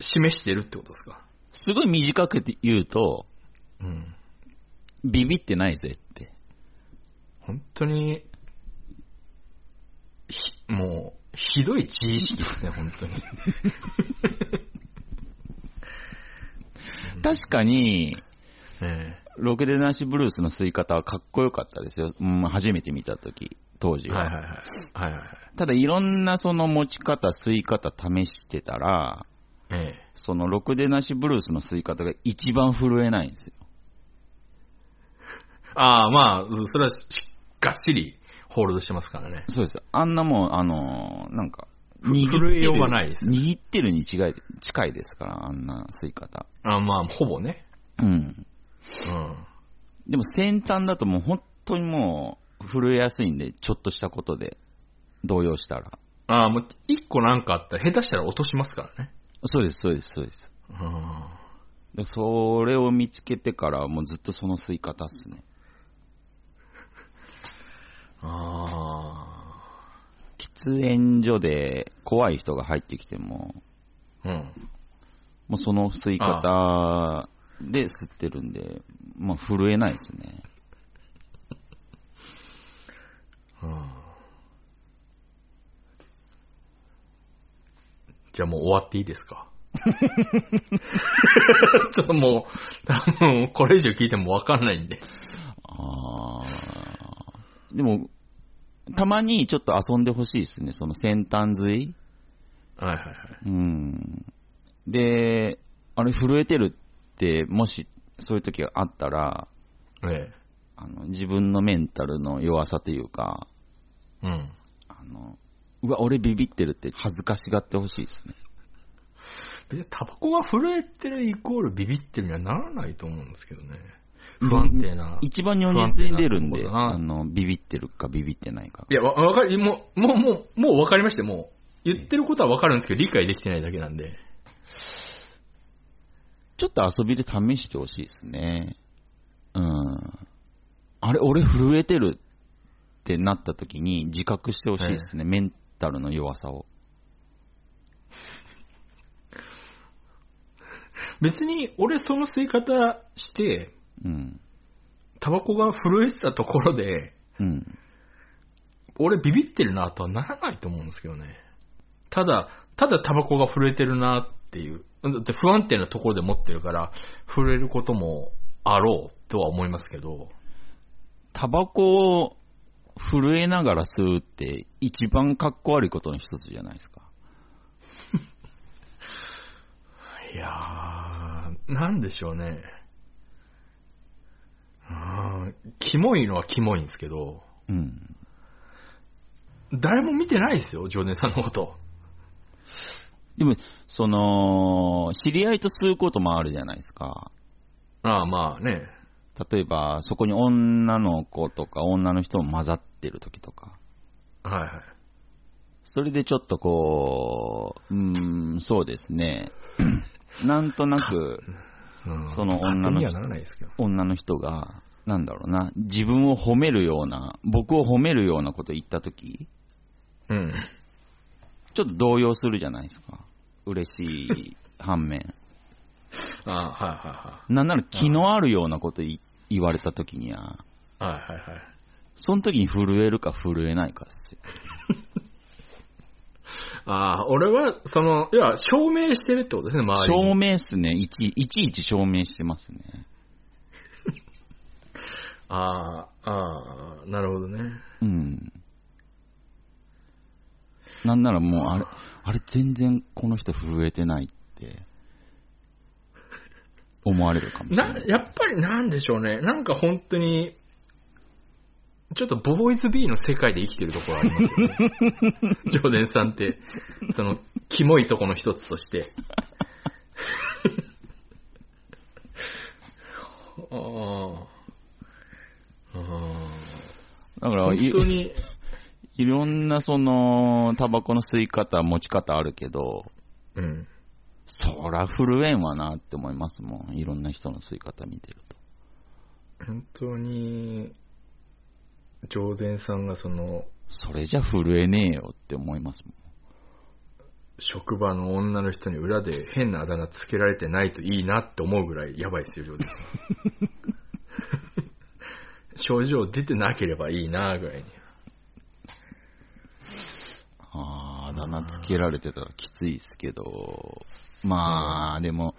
Speaker 1: 示してるってことですか
Speaker 2: すごい短くて言うと、
Speaker 1: うん。
Speaker 2: ビビってないぜって。
Speaker 1: 本当に、ひもう、ひどい自意識ですね、本当に。
Speaker 2: 確かに、
Speaker 1: [LAUGHS] え
Speaker 2: ロケデナーシブルースの吸い方はかっこよかったですよ。うん、初めて見たとき、当時
Speaker 1: え
Speaker 2: は。
Speaker 1: はいはいはい。はいはいはい。
Speaker 2: ただいろんなその持ち方、吸い方試してたら、
Speaker 1: ええ。
Speaker 2: その、ろくでなしブルースの吸い方が一番震えないんですよ。
Speaker 1: ああ、まあ、それはしがっしりホールドしてますからね。
Speaker 2: そうです。あんなもん、あのーなんか、
Speaker 1: ふ震えようがないですよ
Speaker 2: 握ってるに違い、近いですから、あんな吸い方。
Speaker 1: あまあ、ほぼね。
Speaker 2: うん。
Speaker 1: うん。
Speaker 2: でも先端だともう本当にもう、震えやすいんで、ちょっとしたことで、動揺したら。
Speaker 1: ああ、もう、一個なんかあったら、下手したら落としますからね。
Speaker 2: そうです、そうです、そうです。
Speaker 1: うん。
Speaker 2: でそれを見つけてから、もうずっとその吸い方っすね。
Speaker 1: あ
Speaker 2: 喫煙所で怖い人が入ってきても、
Speaker 1: あ。うん。
Speaker 2: もうその吸い方で吸ってるんで、まあ震えないですね。
Speaker 1: うんじゃあもう終わっていいですか [LAUGHS] ちょっともう、多分これ以上聞いてもわかんないんで。
Speaker 2: あーでも、たまにちょっと遊んでほしいですね、その先端吸い。
Speaker 1: はいはいはい。
Speaker 2: うん。で、あれ震えてるって、もしそういう時があったら、
Speaker 1: え
Speaker 2: あの自分のメンタルの弱さというか、
Speaker 1: え。うん。
Speaker 2: あの、うわ、俺ビビってるって恥ずかしがってほしいですね。
Speaker 1: 別にタバコが震えてるイコールビビってるにはならないと思うんですけどね。不安定な。
Speaker 2: 一番如実に出るんで、
Speaker 1: 不安定な
Speaker 2: あの、ビビってるかビビってないか。
Speaker 1: いや、わ、わかり、もう、もう、もう、もうわかりましたよもう、言ってることはわかるんですけど、理解できてないだけなんで。
Speaker 2: ちょっと遊びで試してほしいですね。うん。あれ、俺震えてるってなった時に自覚してほしいですね、メンタルの弱さを。
Speaker 1: 別に、俺その吸い方して、
Speaker 2: うん。
Speaker 1: タバコが震えてたところで、
Speaker 2: うん。
Speaker 1: 俺ビビってるなとはならないと思うんですけどね。ただ、ただタバコが震えてるなっていう。だって不安定なところで持ってるから、震えることもあろうとは思いますけど。
Speaker 2: タバコを震えながら吸うって一番かっこ悪いことの一つじゃないですか。
Speaker 1: いやー、なんでしょうね。うーん、キモいのはキモいんですけど、
Speaker 2: うん。
Speaker 1: 誰も見てないですよ、ジョネさんのこと。
Speaker 2: でも、その、知り合いと吸うこともあるじゃないですか。
Speaker 1: ああ、まあね。
Speaker 2: 例えば、そこに女の子とか女の人も混ざってる時とか。
Speaker 1: はいはい。
Speaker 2: それでちょっとこう、うーん、そうですね。 [CLEARS THROAT] なんとなく、
Speaker 1: うん、
Speaker 2: その女の
Speaker 1: 勝手に
Speaker 2: 人
Speaker 1: はならないですけど。
Speaker 2: 女の人が、なんだろうな、自分を褒めるような、僕を褒めるようなこと言ったとき、
Speaker 1: うん。
Speaker 2: ちょっと動揺するじゃないですか。嬉しい反面。
Speaker 1: ああ、はいはいはい。
Speaker 2: なんなら気のあるようなこと言言われたときには、
Speaker 1: はいはいはい。
Speaker 2: その時に震えるか震えないかっすよ。
Speaker 1: ああ、俺は、その、要は、証明してるってことですね、周りに。
Speaker 2: 証明っすね。いちいちいち証明してますね。
Speaker 1: ああ、ああ、なるほどね。
Speaker 2: うん。なんならもう、あれ、あれ全然この人震えてないって、思われるかもしれ
Speaker 1: な
Speaker 2: な、い。
Speaker 1: やっぱりなんでしょうね。なんか本当に、ちょっとボーイズ B の世界で生きてるところありますよね。ジョーデンさんって、その、キモいとこの一つとして。ああ。ああ
Speaker 2: だから
Speaker 1: 本
Speaker 2: い、
Speaker 1: 当に、
Speaker 2: いろんなその、タバコの吸い方、持ち方あるけど、
Speaker 1: うん。
Speaker 2: そら震えんわなって思いますもん。いろんな人の吸い方見てると。
Speaker 1: 本当に、上田さんがその、
Speaker 2: それじゃ震えねえよって思いますもん。
Speaker 1: 職場の女の人に裏で変なあだ名つけられてないといいなって思うぐらいやばいですよ、上田さん。 [LAUGHS] 症状出てなければいいなぐらいに。
Speaker 2: ああ、あだ名つけられてたらきついっすけど、まあ、でも、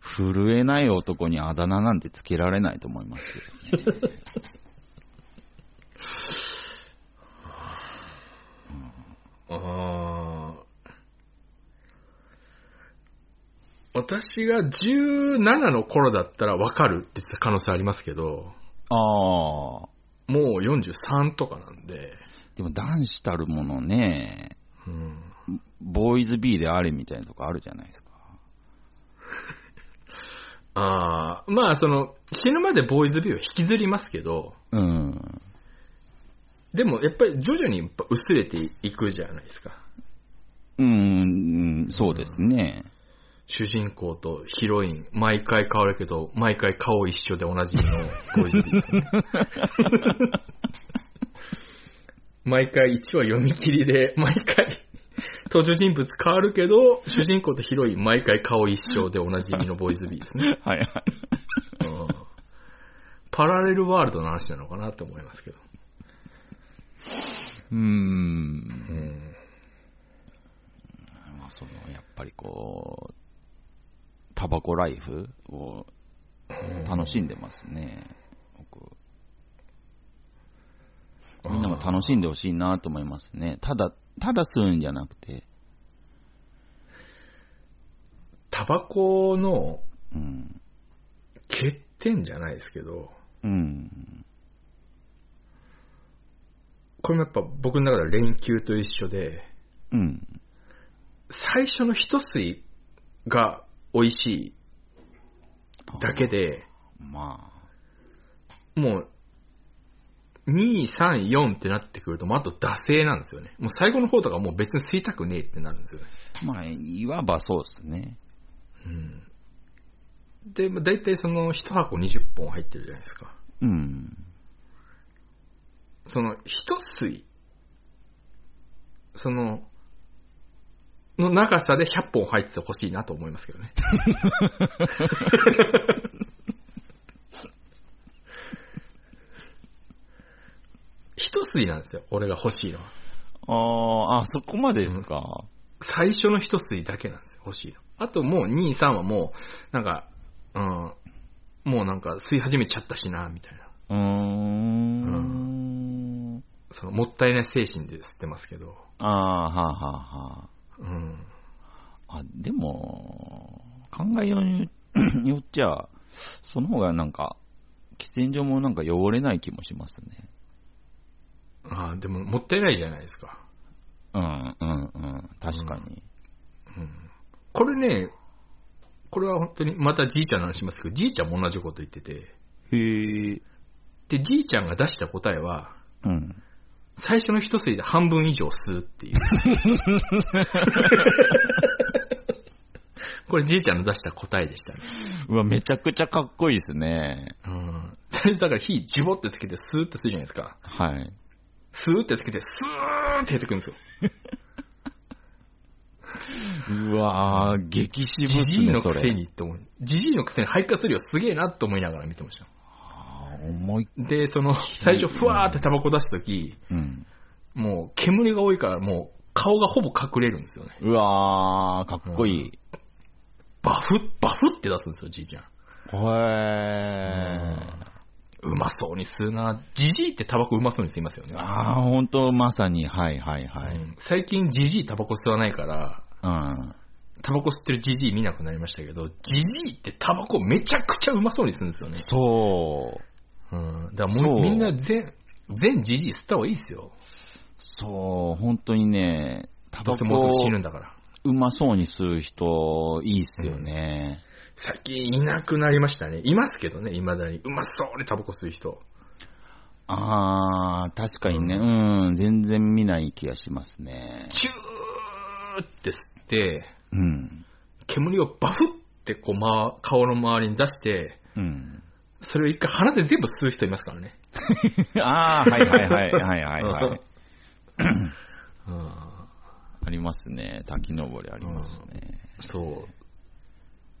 Speaker 2: 震えない男にあだ名なんてつけられないと思いますけどね。
Speaker 1: ああ。私が17の頃だったらわかるって言ってた可能性ありますけど、
Speaker 2: ああ。
Speaker 1: もう43とかなんで、
Speaker 2: でも男子たるものね、
Speaker 1: うん、
Speaker 2: ボーイズ B であれみたいなとこあるじゃないですか。
Speaker 1: ああ、まあその、死ぬまでボーイズビューは引きずりますけど、
Speaker 2: うん。
Speaker 1: でもやっぱり徐々にやっぱ薄れていくじゃないですか。
Speaker 2: うん、うんそうですね。
Speaker 1: 主人公とヒロイン、毎回変わるけど、毎回顔一緒でおなじみのボイスビート。毎回1話読み切りで、毎回登場人物変わるけど、主人公とヒロイン、毎回顔一緒でおなじみのボイズビーですね。
Speaker 2: [LAUGHS] はいはい。
Speaker 1: うんパラレルワールドの話なのかなと思いますけど。
Speaker 2: う。
Speaker 1: うんん
Speaker 2: まあその、やっぱりこう、タバコライフを楽しんでますね。僕。みんなも楽しんでほしいなと思いますね。ただ、ただ吸うんじゃなくて、
Speaker 1: タバコの
Speaker 2: うん。
Speaker 1: 欠点じゃないですけど、
Speaker 2: うん。
Speaker 1: これもやっぱ僕の中では連休と一緒で、
Speaker 2: うん。
Speaker 1: 最初の一吸いが美味しいだけで、
Speaker 2: まあ、
Speaker 1: もう、2、3、4ってなってくると、もうあと惰性なんですよね。もう最後の方とかもう別に吸いたくねえってなるんですよね。
Speaker 2: まあ、いわばそうですね。
Speaker 1: うん。で、まあ、大体その1箱20本入ってるじゃないですか。
Speaker 2: うん。
Speaker 1: その一吸い、その、の長さで100本入っててほしいなと思いますけどね。一吸いなんですよ、俺が欲しいのは。
Speaker 2: ああ、あ、そこまでですか。
Speaker 1: 最初の一吸いだけなんですよ、欲しいの。あともう2、3はもう、なんか、うん、もうなんか吸い始めちゃったしな、みたいな。
Speaker 2: うーん。
Speaker 1: そのもったいない精神で吸ってますけど。
Speaker 2: ああ、はあはあは
Speaker 1: うん。
Speaker 2: あ。あ、でも、考えようによっちゃ、その方がなんか、喫煙所もなんか汚れない気もしますね。
Speaker 1: ああ、でも、もったいないじゃないですか。
Speaker 2: うん、うん、うん。確かに。
Speaker 1: うん。これね、これは本当に、またじいちゃんの話しますけど、じいちゃんも同じこと言ってて、
Speaker 2: へえ。
Speaker 1: で、じいちゃんが出した答えは、
Speaker 2: うん。
Speaker 1: 最初の一吸いで半分以上吸うって [LAUGHS] いう。これじいちゃんの出した答えでしたね。
Speaker 2: うわ、めちゃくちゃかっこいいですね。
Speaker 1: うん。それでだから火ジュボってつけてスーってするじゃないですか。
Speaker 2: はい。
Speaker 1: スーってつけてスーって出てくるんですよ。
Speaker 2: うわー、激渋
Speaker 1: じ
Speaker 2: っす
Speaker 1: じい
Speaker 2: ね、
Speaker 1: の
Speaker 2: そ
Speaker 1: くせ
Speaker 2: れ。
Speaker 1: にって思う。じじいのくせに肺活量すげえなって思いながら見てました。
Speaker 2: あー重い。
Speaker 1: で、その、最初、ふわーってタバコ出すとき、
Speaker 2: うん。
Speaker 1: もう煙が多いから、もう顔がほぼ隠れるんですよね。
Speaker 2: うわー、かっこいい。
Speaker 1: バフッ、バフって出すんですよ、じいちゃん。
Speaker 2: へー。
Speaker 1: うまそうに吸うな。じじいってタバコうまそうに吸いますよね。
Speaker 2: あー、ほんと、まさに、はいはいは
Speaker 1: う
Speaker 2: い。
Speaker 1: ん最近じじいタバコ吸わないから、
Speaker 2: うん。
Speaker 1: タバコ吸ってるじじい見なくなりましたけど、じじいってタバコめちゃくちゃうまそうに吸うんですよね。
Speaker 2: そう。
Speaker 1: うん。だからもう
Speaker 2: そう
Speaker 1: みんな全、全じじい吸った方がいいですよ。
Speaker 2: そう、本当にね、タ
Speaker 1: どう
Speaker 2: バ
Speaker 1: せ
Speaker 2: コ
Speaker 1: もうすぐ死ぬんだから。
Speaker 2: うまそうに吸う人、いいっすよね。
Speaker 1: 最近いなくなりましたね。いますけどね、未だに。うまそうにタバコ吸う人。
Speaker 2: あー、確かにね、うん、全然見ない気がしますね。
Speaker 1: チューって吸って、
Speaker 2: うん。
Speaker 1: 煙をバフってこう、ま、顔の周りに出して、
Speaker 2: うん。
Speaker 1: それを一回鼻で全部吸う人いますからね。
Speaker 2: [LAUGHS] あー、はいはいはい、はいはいはい。
Speaker 1: うん、
Speaker 2: ありますね。滝登りありますね。
Speaker 1: そう。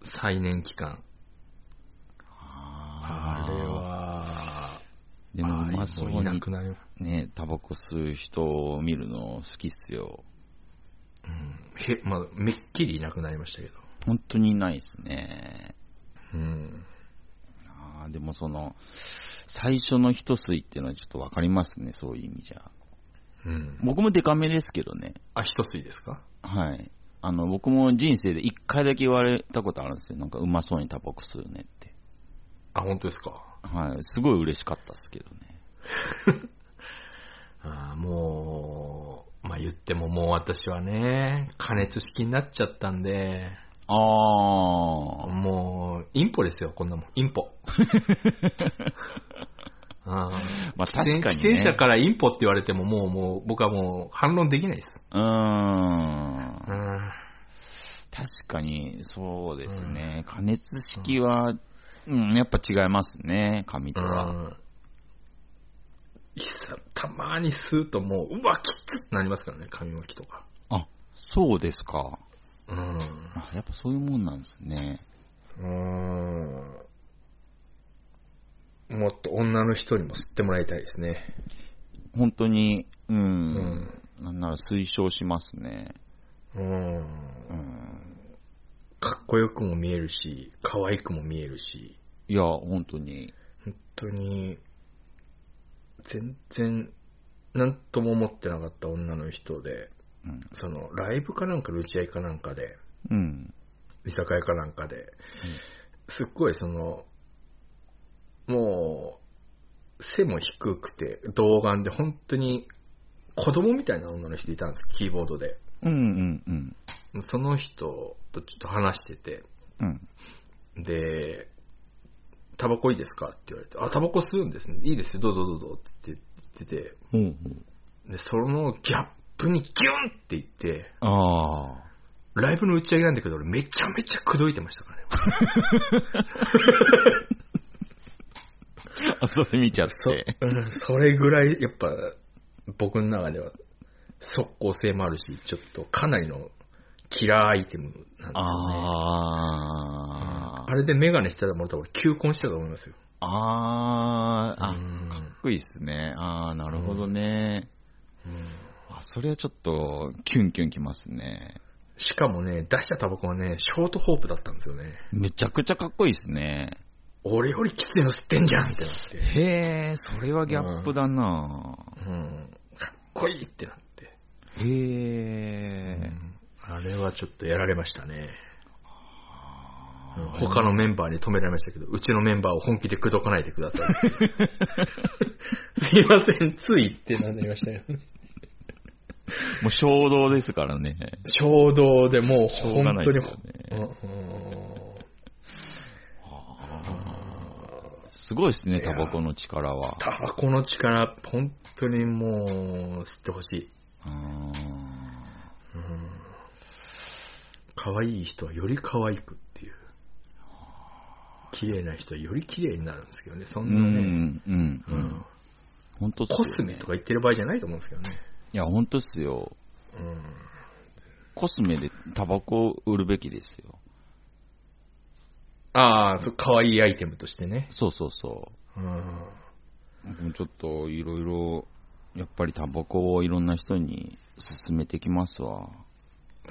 Speaker 1: 最年期間。あ
Speaker 2: あ
Speaker 1: れ
Speaker 2: ー。
Speaker 1: は、
Speaker 2: でも、うまそう
Speaker 1: もいな
Speaker 2: に
Speaker 1: くなります。
Speaker 2: ね、タバコ吸う人を見るの好きっすよ。
Speaker 1: うん。へ、まあ、めっきりいなくなりましたけど。
Speaker 2: 本当にいないっすね。
Speaker 1: うん。
Speaker 2: あーでもその、最初の一吸いっていうのはちょっとわかりますね、そういう意味じゃ。
Speaker 1: うん。
Speaker 2: 僕もデカめですけどね。
Speaker 1: あ、一吸いですか
Speaker 2: はい。あの、僕も人生で一回だけ言われたことあるんですよ。なんかうまそうにタバコ吸うねって。
Speaker 1: あ、本当ですか。
Speaker 2: はい。すごい嬉しかったですけどね。
Speaker 1: あーもう、まあ言ってももう私はね、加熱式になっちゃったんで、
Speaker 2: あ
Speaker 1: もう、インポですよ、こんなもん。イン
Speaker 2: [LAUGHS]
Speaker 1: ポ。あ
Speaker 2: あ。まあ
Speaker 1: ー
Speaker 2: 確
Speaker 1: 出
Speaker 2: かに、
Speaker 1: 演
Speaker 2: ね。
Speaker 1: 者からインポって言われても、もう、もう、僕はもう反論できないです。
Speaker 2: うーん
Speaker 1: う。ん。
Speaker 2: 確かに、そうですね。加熱式は、うん、やっぱ違いますね、紙
Speaker 1: う
Speaker 2: とは。
Speaker 1: ん。たまに吸うともう、うわ、きつってなりますからね、髪巻きとか。
Speaker 2: あ、そうですか。
Speaker 1: うん。
Speaker 2: あやっぱそういうもんなんですね。
Speaker 1: うん。もっと女の人にも吸ってもらいたいですね。
Speaker 2: 本当に、う。
Speaker 1: うんん。
Speaker 2: なんなら推奨しますね。
Speaker 1: うん。
Speaker 2: うん。
Speaker 1: かっこよくも見えるし、可愛くも見えるし。
Speaker 2: いや、本当に。
Speaker 1: 本当に、全然、なんとも思ってなかった女の人で、
Speaker 2: うん。
Speaker 1: その、ライブかなんか、打ち合いかなんかで、
Speaker 2: うん。
Speaker 1: 居酒屋かなんかで、すっごいその、もう、背も低くて、童顔で、本当に、子供みたいな女の人いたんですキーボードで。
Speaker 2: うんうんうん。
Speaker 1: その人とちょっと話してて、
Speaker 2: うん。
Speaker 1: で、タバコいいですかって言われて、あ、タバコ吸うんですね。いいですよ、どうぞどうぞって言ってて、
Speaker 2: ほうほう。
Speaker 1: で、そのギャップにギュンっていって、
Speaker 2: ああ。
Speaker 1: ライブの打ち上げなんだけど、俺めちゃめちゃ口説いてましたからね。
Speaker 2: あ、 [LAUGHS] それ見ちゃって。
Speaker 1: うんそれぐらい、やっぱ、僕の中では、速攻性もあるし、ちょっとかなりのキラーアイテムなんですよね。
Speaker 2: あ
Speaker 1: あれでメガネしてたらもらったら俺求婚してたと思いますよ。
Speaker 2: あ。ああ。あ、か
Speaker 1: うん
Speaker 2: っこいいっすね。ああ、なるほどね。あ、それはちょっと、キュンキュンきますね。
Speaker 1: しかもね、出したタバコはね、ショートホープだったんですよね。
Speaker 2: めちゃくちゃかっこいいっすね。
Speaker 1: 俺よりきついの吸ってんじゃんってなって。
Speaker 2: へえ、それはギャップだな、
Speaker 1: うん、かっこいいってなって、
Speaker 2: へえ、
Speaker 1: あれはちょっとやられましたね。うん他のメンバーに止められましたけど、うちのメンバーを本気で口説かないでください。すいません、ついってなりましたよね。
Speaker 2: もう衝動ですからね。
Speaker 1: 衝動でもう
Speaker 2: しょうが
Speaker 1: 本
Speaker 2: ない
Speaker 1: 当
Speaker 2: で
Speaker 1: に、
Speaker 2: すよね。
Speaker 1: うん
Speaker 2: すごいですね、タバコの力は。
Speaker 1: タバコの力、本当にもう吸ってほしい。
Speaker 2: あ
Speaker 1: 可愛い人はより可愛くっていう。綺麗な人はより綺麗になるんですけどね、そ
Speaker 2: ーうん
Speaker 1: なね。
Speaker 2: ん、うん、う
Speaker 1: うんん。
Speaker 2: 本当っすよ
Speaker 1: コ
Speaker 2: ね
Speaker 1: スメとか言ってる場合じゃないと思うんですけどね。
Speaker 2: いや、本当っすよ。
Speaker 1: うん
Speaker 2: コスメでタバコを売るべきですよ。
Speaker 1: ああ、そう、可愛いアイテムとしてね。
Speaker 2: そうそうそ
Speaker 1: うん。
Speaker 2: う。僕もちょっと、いろいろ、やっぱりタバコをいろんな人に勧めてきますわ。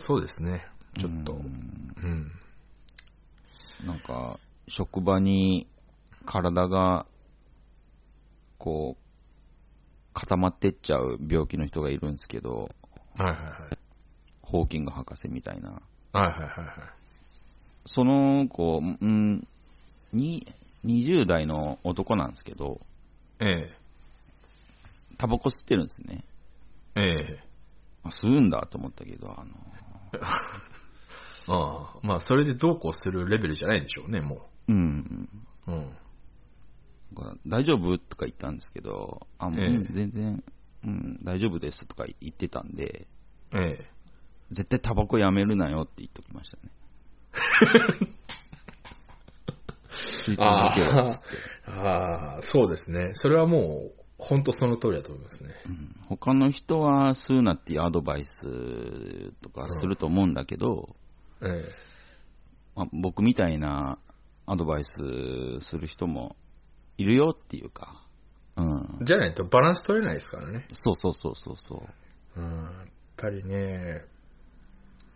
Speaker 1: そうですね。ちょっと。
Speaker 2: う
Speaker 1: うんん。
Speaker 2: なんか、職場に体が、こう、固まってっちゃう病気の人がいるんですけど、
Speaker 1: はいはいはい。
Speaker 2: ホーキング博士みたいな。
Speaker 1: はいはいはいはい。
Speaker 2: その子、うん、に、20代の男なんですけど、
Speaker 1: え
Speaker 2: タバコ吸ってるんですね。
Speaker 1: え。ええ。
Speaker 2: あ吸うんだと思ったけど、あの、
Speaker 1: ああ。まあ、それでどうこうするレベルじゃないでしょうね、も
Speaker 2: うん、
Speaker 1: う。うん。
Speaker 2: なんか大丈夫とか言ったんですけど、あ、もう
Speaker 1: ええ
Speaker 2: うん全然、うん、大丈夫ですとか言ってたんで、
Speaker 1: ええ。
Speaker 2: 絶対タバコやめるなよって言っておきましたね。
Speaker 1: [LAUGHS]
Speaker 2: 吸い続けろっつって、
Speaker 1: ああ、そうですね。それはもう、本当その通りだと思いますね。
Speaker 2: うん他の人は吸うなっていうアドバイスとかすると思うんだけど、
Speaker 1: ええ。
Speaker 2: まあ僕みたいなアドバイスする人もいるよっていうか、うん、
Speaker 1: じゃないとバランス取れないですからね。
Speaker 2: そうそうそうそうそう、
Speaker 1: うん。やっぱりね、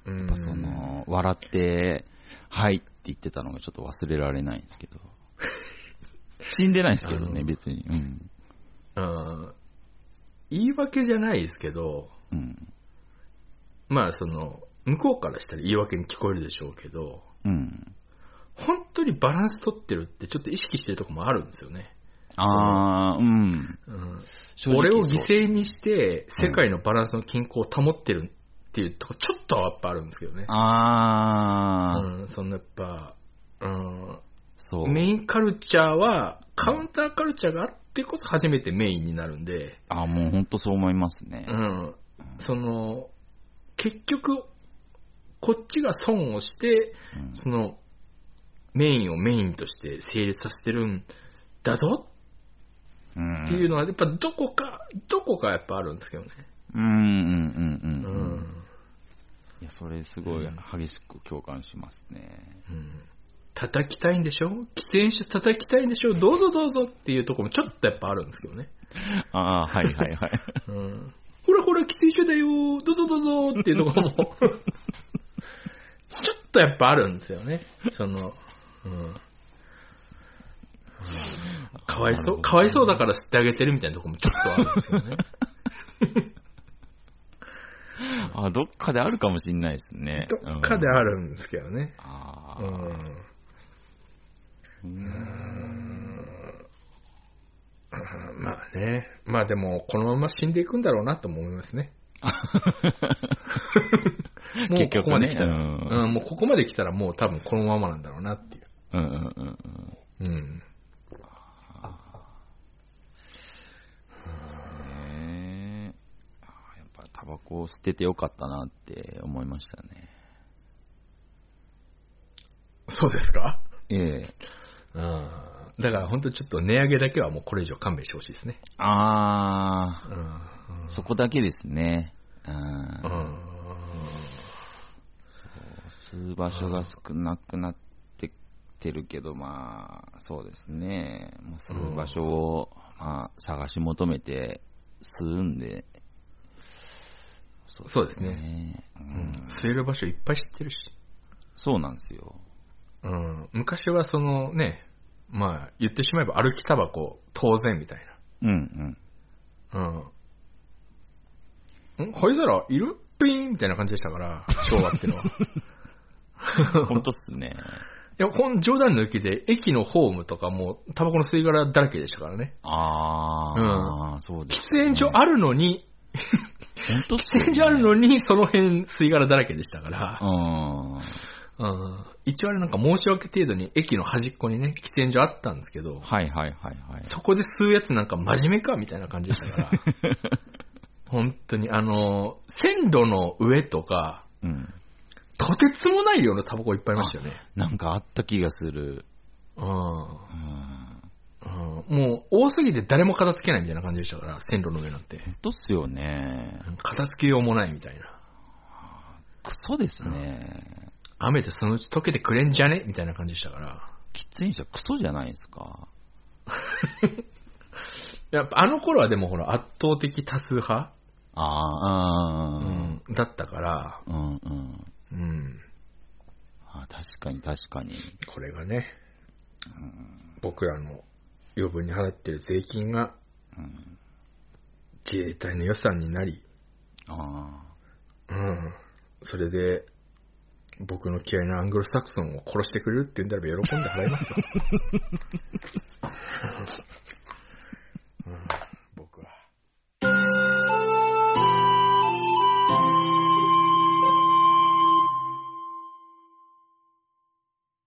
Speaker 1: うん。やっ
Speaker 2: やっぱそ、の笑って、はいって言ってたのがちょっと忘れられないんで
Speaker 1: [LAUGHS]
Speaker 2: すけど、死んでないですけど
Speaker 1: あ
Speaker 2: ね、
Speaker 1: の
Speaker 2: 別に。うん
Speaker 1: うん。言い訳じゃないですけど、
Speaker 2: うん
Speaker 1: まあその、向こうからしたら言い訳に聞こえるでしょうけど、
Speaker 2: うん。
Speaker 1: 本当にバランス取ってるってちょっと意識してるとこもあるんですよね。
Speaker 2: ああ、うん。
Speaker 1: うん、
Speaker 2: 正直
Speaker 1: 俺を
Speaker 2: そう
Speaker 1: 犠牲にして世界のバランスの均衡を保ってるっていうとこちょっとはやっぱあるんですけどね。
Speaker 2: ああ、
Speaker 1: うん、そのやっぱ、うん、
Speaker 2: そう。
Speaker 1: メインカルチャーはカウンターカルチャーがあってこそ初めてメインになるんで、
Speaker 2: あもう本当そう思いますね
Speaker 1: う。ん、その、結局、こっちが損をして、
Speaker 2: うん
Speaker 1: その、メインをメインとして成立させてるんだぞ
Speaker 2: うん
Speaker 1: っていうのは、やっぱどこか、どこかやっぱあるんですけどね。
Speaker 2: うんうんう
Speaker 1: うん
Speaker 2: うんうん。
Speaker 1: ん。
Speaker 2: いや、それすごい
Speaker 1: うん
Speaker 2: 激しく共感しますね。
Speaker 1: うん叩きたいんでしょ喫煙者叩きたいんでしょどうぞどうぞっていうところもちょっとやっぱあるんですけどね。
Speaker 2: ああ、はいはいはい。
Speaker 1: うん。ほらほら喫煙所だよどうぞどうぞっていうところも、 [LAUGHS] ちょっとやっぱあるんですよね。その、うん。うんかわい
Speaker 2: なる
Speaker 1: そ
Speaker 2: ほどね
Speaker 1: う、かわいそうだから吸ってあげてるみたいなところもちょっとあるんですよ
Speaker 2: [LAUGHS]
Speaker 1: ね。
Speaker 2: [LAUGHS] あどっかであるかもしれないですね。
Speaker 1: どっかで
Speaker 2: うん
Speaker 1: あるんですけどね。
Speaker 2: あ
Speaker 1: う
Speaker 2: ー
Speaker 1: ん。
Speaker 2: うん。
Speaker 1: うんまあね。まあでも、このまま死んでいくんだろうなとも思います
Speaker 2: [LAUGHS]
Speaker 1: ね。もう
Speaker 2: 結
Speaker 1: こ
Speaker 2: 局
Speaker 1: こまで
Speaker 2: ね
Speaker 1: 来たら、
Speaker 2: う
Speaker 1: うんんもうここまで来たらもう多分このままなんだろうなっていう。
Speaker 2: うんうんうんうん。
Speaker 1: うん。
Speaker 2: ねえあーやっぱタバコを捨ててよかったなって思いましたね。
Speaker 1: そうですか
Speaker 2: ええ。
Speaker 1: うん。だから本当ちょっと値上げだけはもうこれ以上勘弁してほしいですね。
Speaker 2: あ
Speaker 1: うん。うん
Speaker 2: あ、そこだけですね。う。
Speaker 1: うんん。
Speaker 2: 吸う場所が少なくなってってるけど、まあ、そうですね。もう吸う場所を、まあ、探し求めて吸うんで。そ
Speaker 1: そうですね。
Speaker 2: ね。
Speaker 1: う
Speaker 2: う
Speaker 1: んん。吸える場所いっぱい知ってるし。
Speaker 2: そうなんですよ。
Speaker 1: うん。昔はそのね、まあ言ってしまえば歩きタバコ当然みたいな。
Speaker 2: うん
Speaker 1: [LAUGHS]
Speaker 2: うん。
Speaker 1: うん。ん灰皿いるピーンみたいな感じでしたから、昭和って [LAUGHS] のは。い
Speaker 2: 本当っすね。
Speaker 1: や、この冗談抜きで、駅のホームとかもう、タバコの吸い殻だらけでしたからね。
Speaker 2: ああ、そうです
Speaker 1: 喫、煙所あるのに、
Speaker 2: 本当っす
Speaker 1: 喫煙所あるのに、その辺吸い殻だらけでしたから、
Speaker 2: のうん。
Speaker 1: うん。一応あれなんか申し訳程度に駅の端っこにね、喫煙所あったんですけど、
Speaker 2: はいはいはいはい。
Speaker 1: そこで吸うやつなんか真面目かみたいな感じでした [LAUGHS] から。本当に、あの、線路の上とか、
Speaker 2: うん。
Speaker 1: とてつもない量のタバコいっぱいいましたよね。
Speaker 2: なんかあった気がする。
Speaker 1: うん。
Speaker 2: うん。
Speaker 1: うんもう、多すぎて誰も片付けないみたいな感じでしたから、線路の上なんて。
Speaker 2: 本当っすよね。
Speaker 1: 片付けようもないみたいな。
Speaker 2: クソですね。
Speaker 1: 雨でそのうち溶けてくれんじゃねみたいな感じでしたから。
Speaker 2: 喫煙者クソじゃないですか。
Speaker 1: やっぱあの頃はでもほら、圧倒的多数派、
Speaker 2: ああ、
Speaker 1: う
Speaker 2: うん、
Speaker 1: ん、だったから、
Speaker 2: うん、うん。
Speaker 1: うん。
Speaker 2: あー確かに確かに。
Speaker 1: これがね、僕らの余分に払ってる税金が
Speaker 2: うん、
Speaker 1: 自衛隊の予算になり、
Speaker 2: あ
Speaker 1: うん。それで、僕の嫌いなアングロサクソンを殺してくれるって言うんだら喜んで払いますよ。うん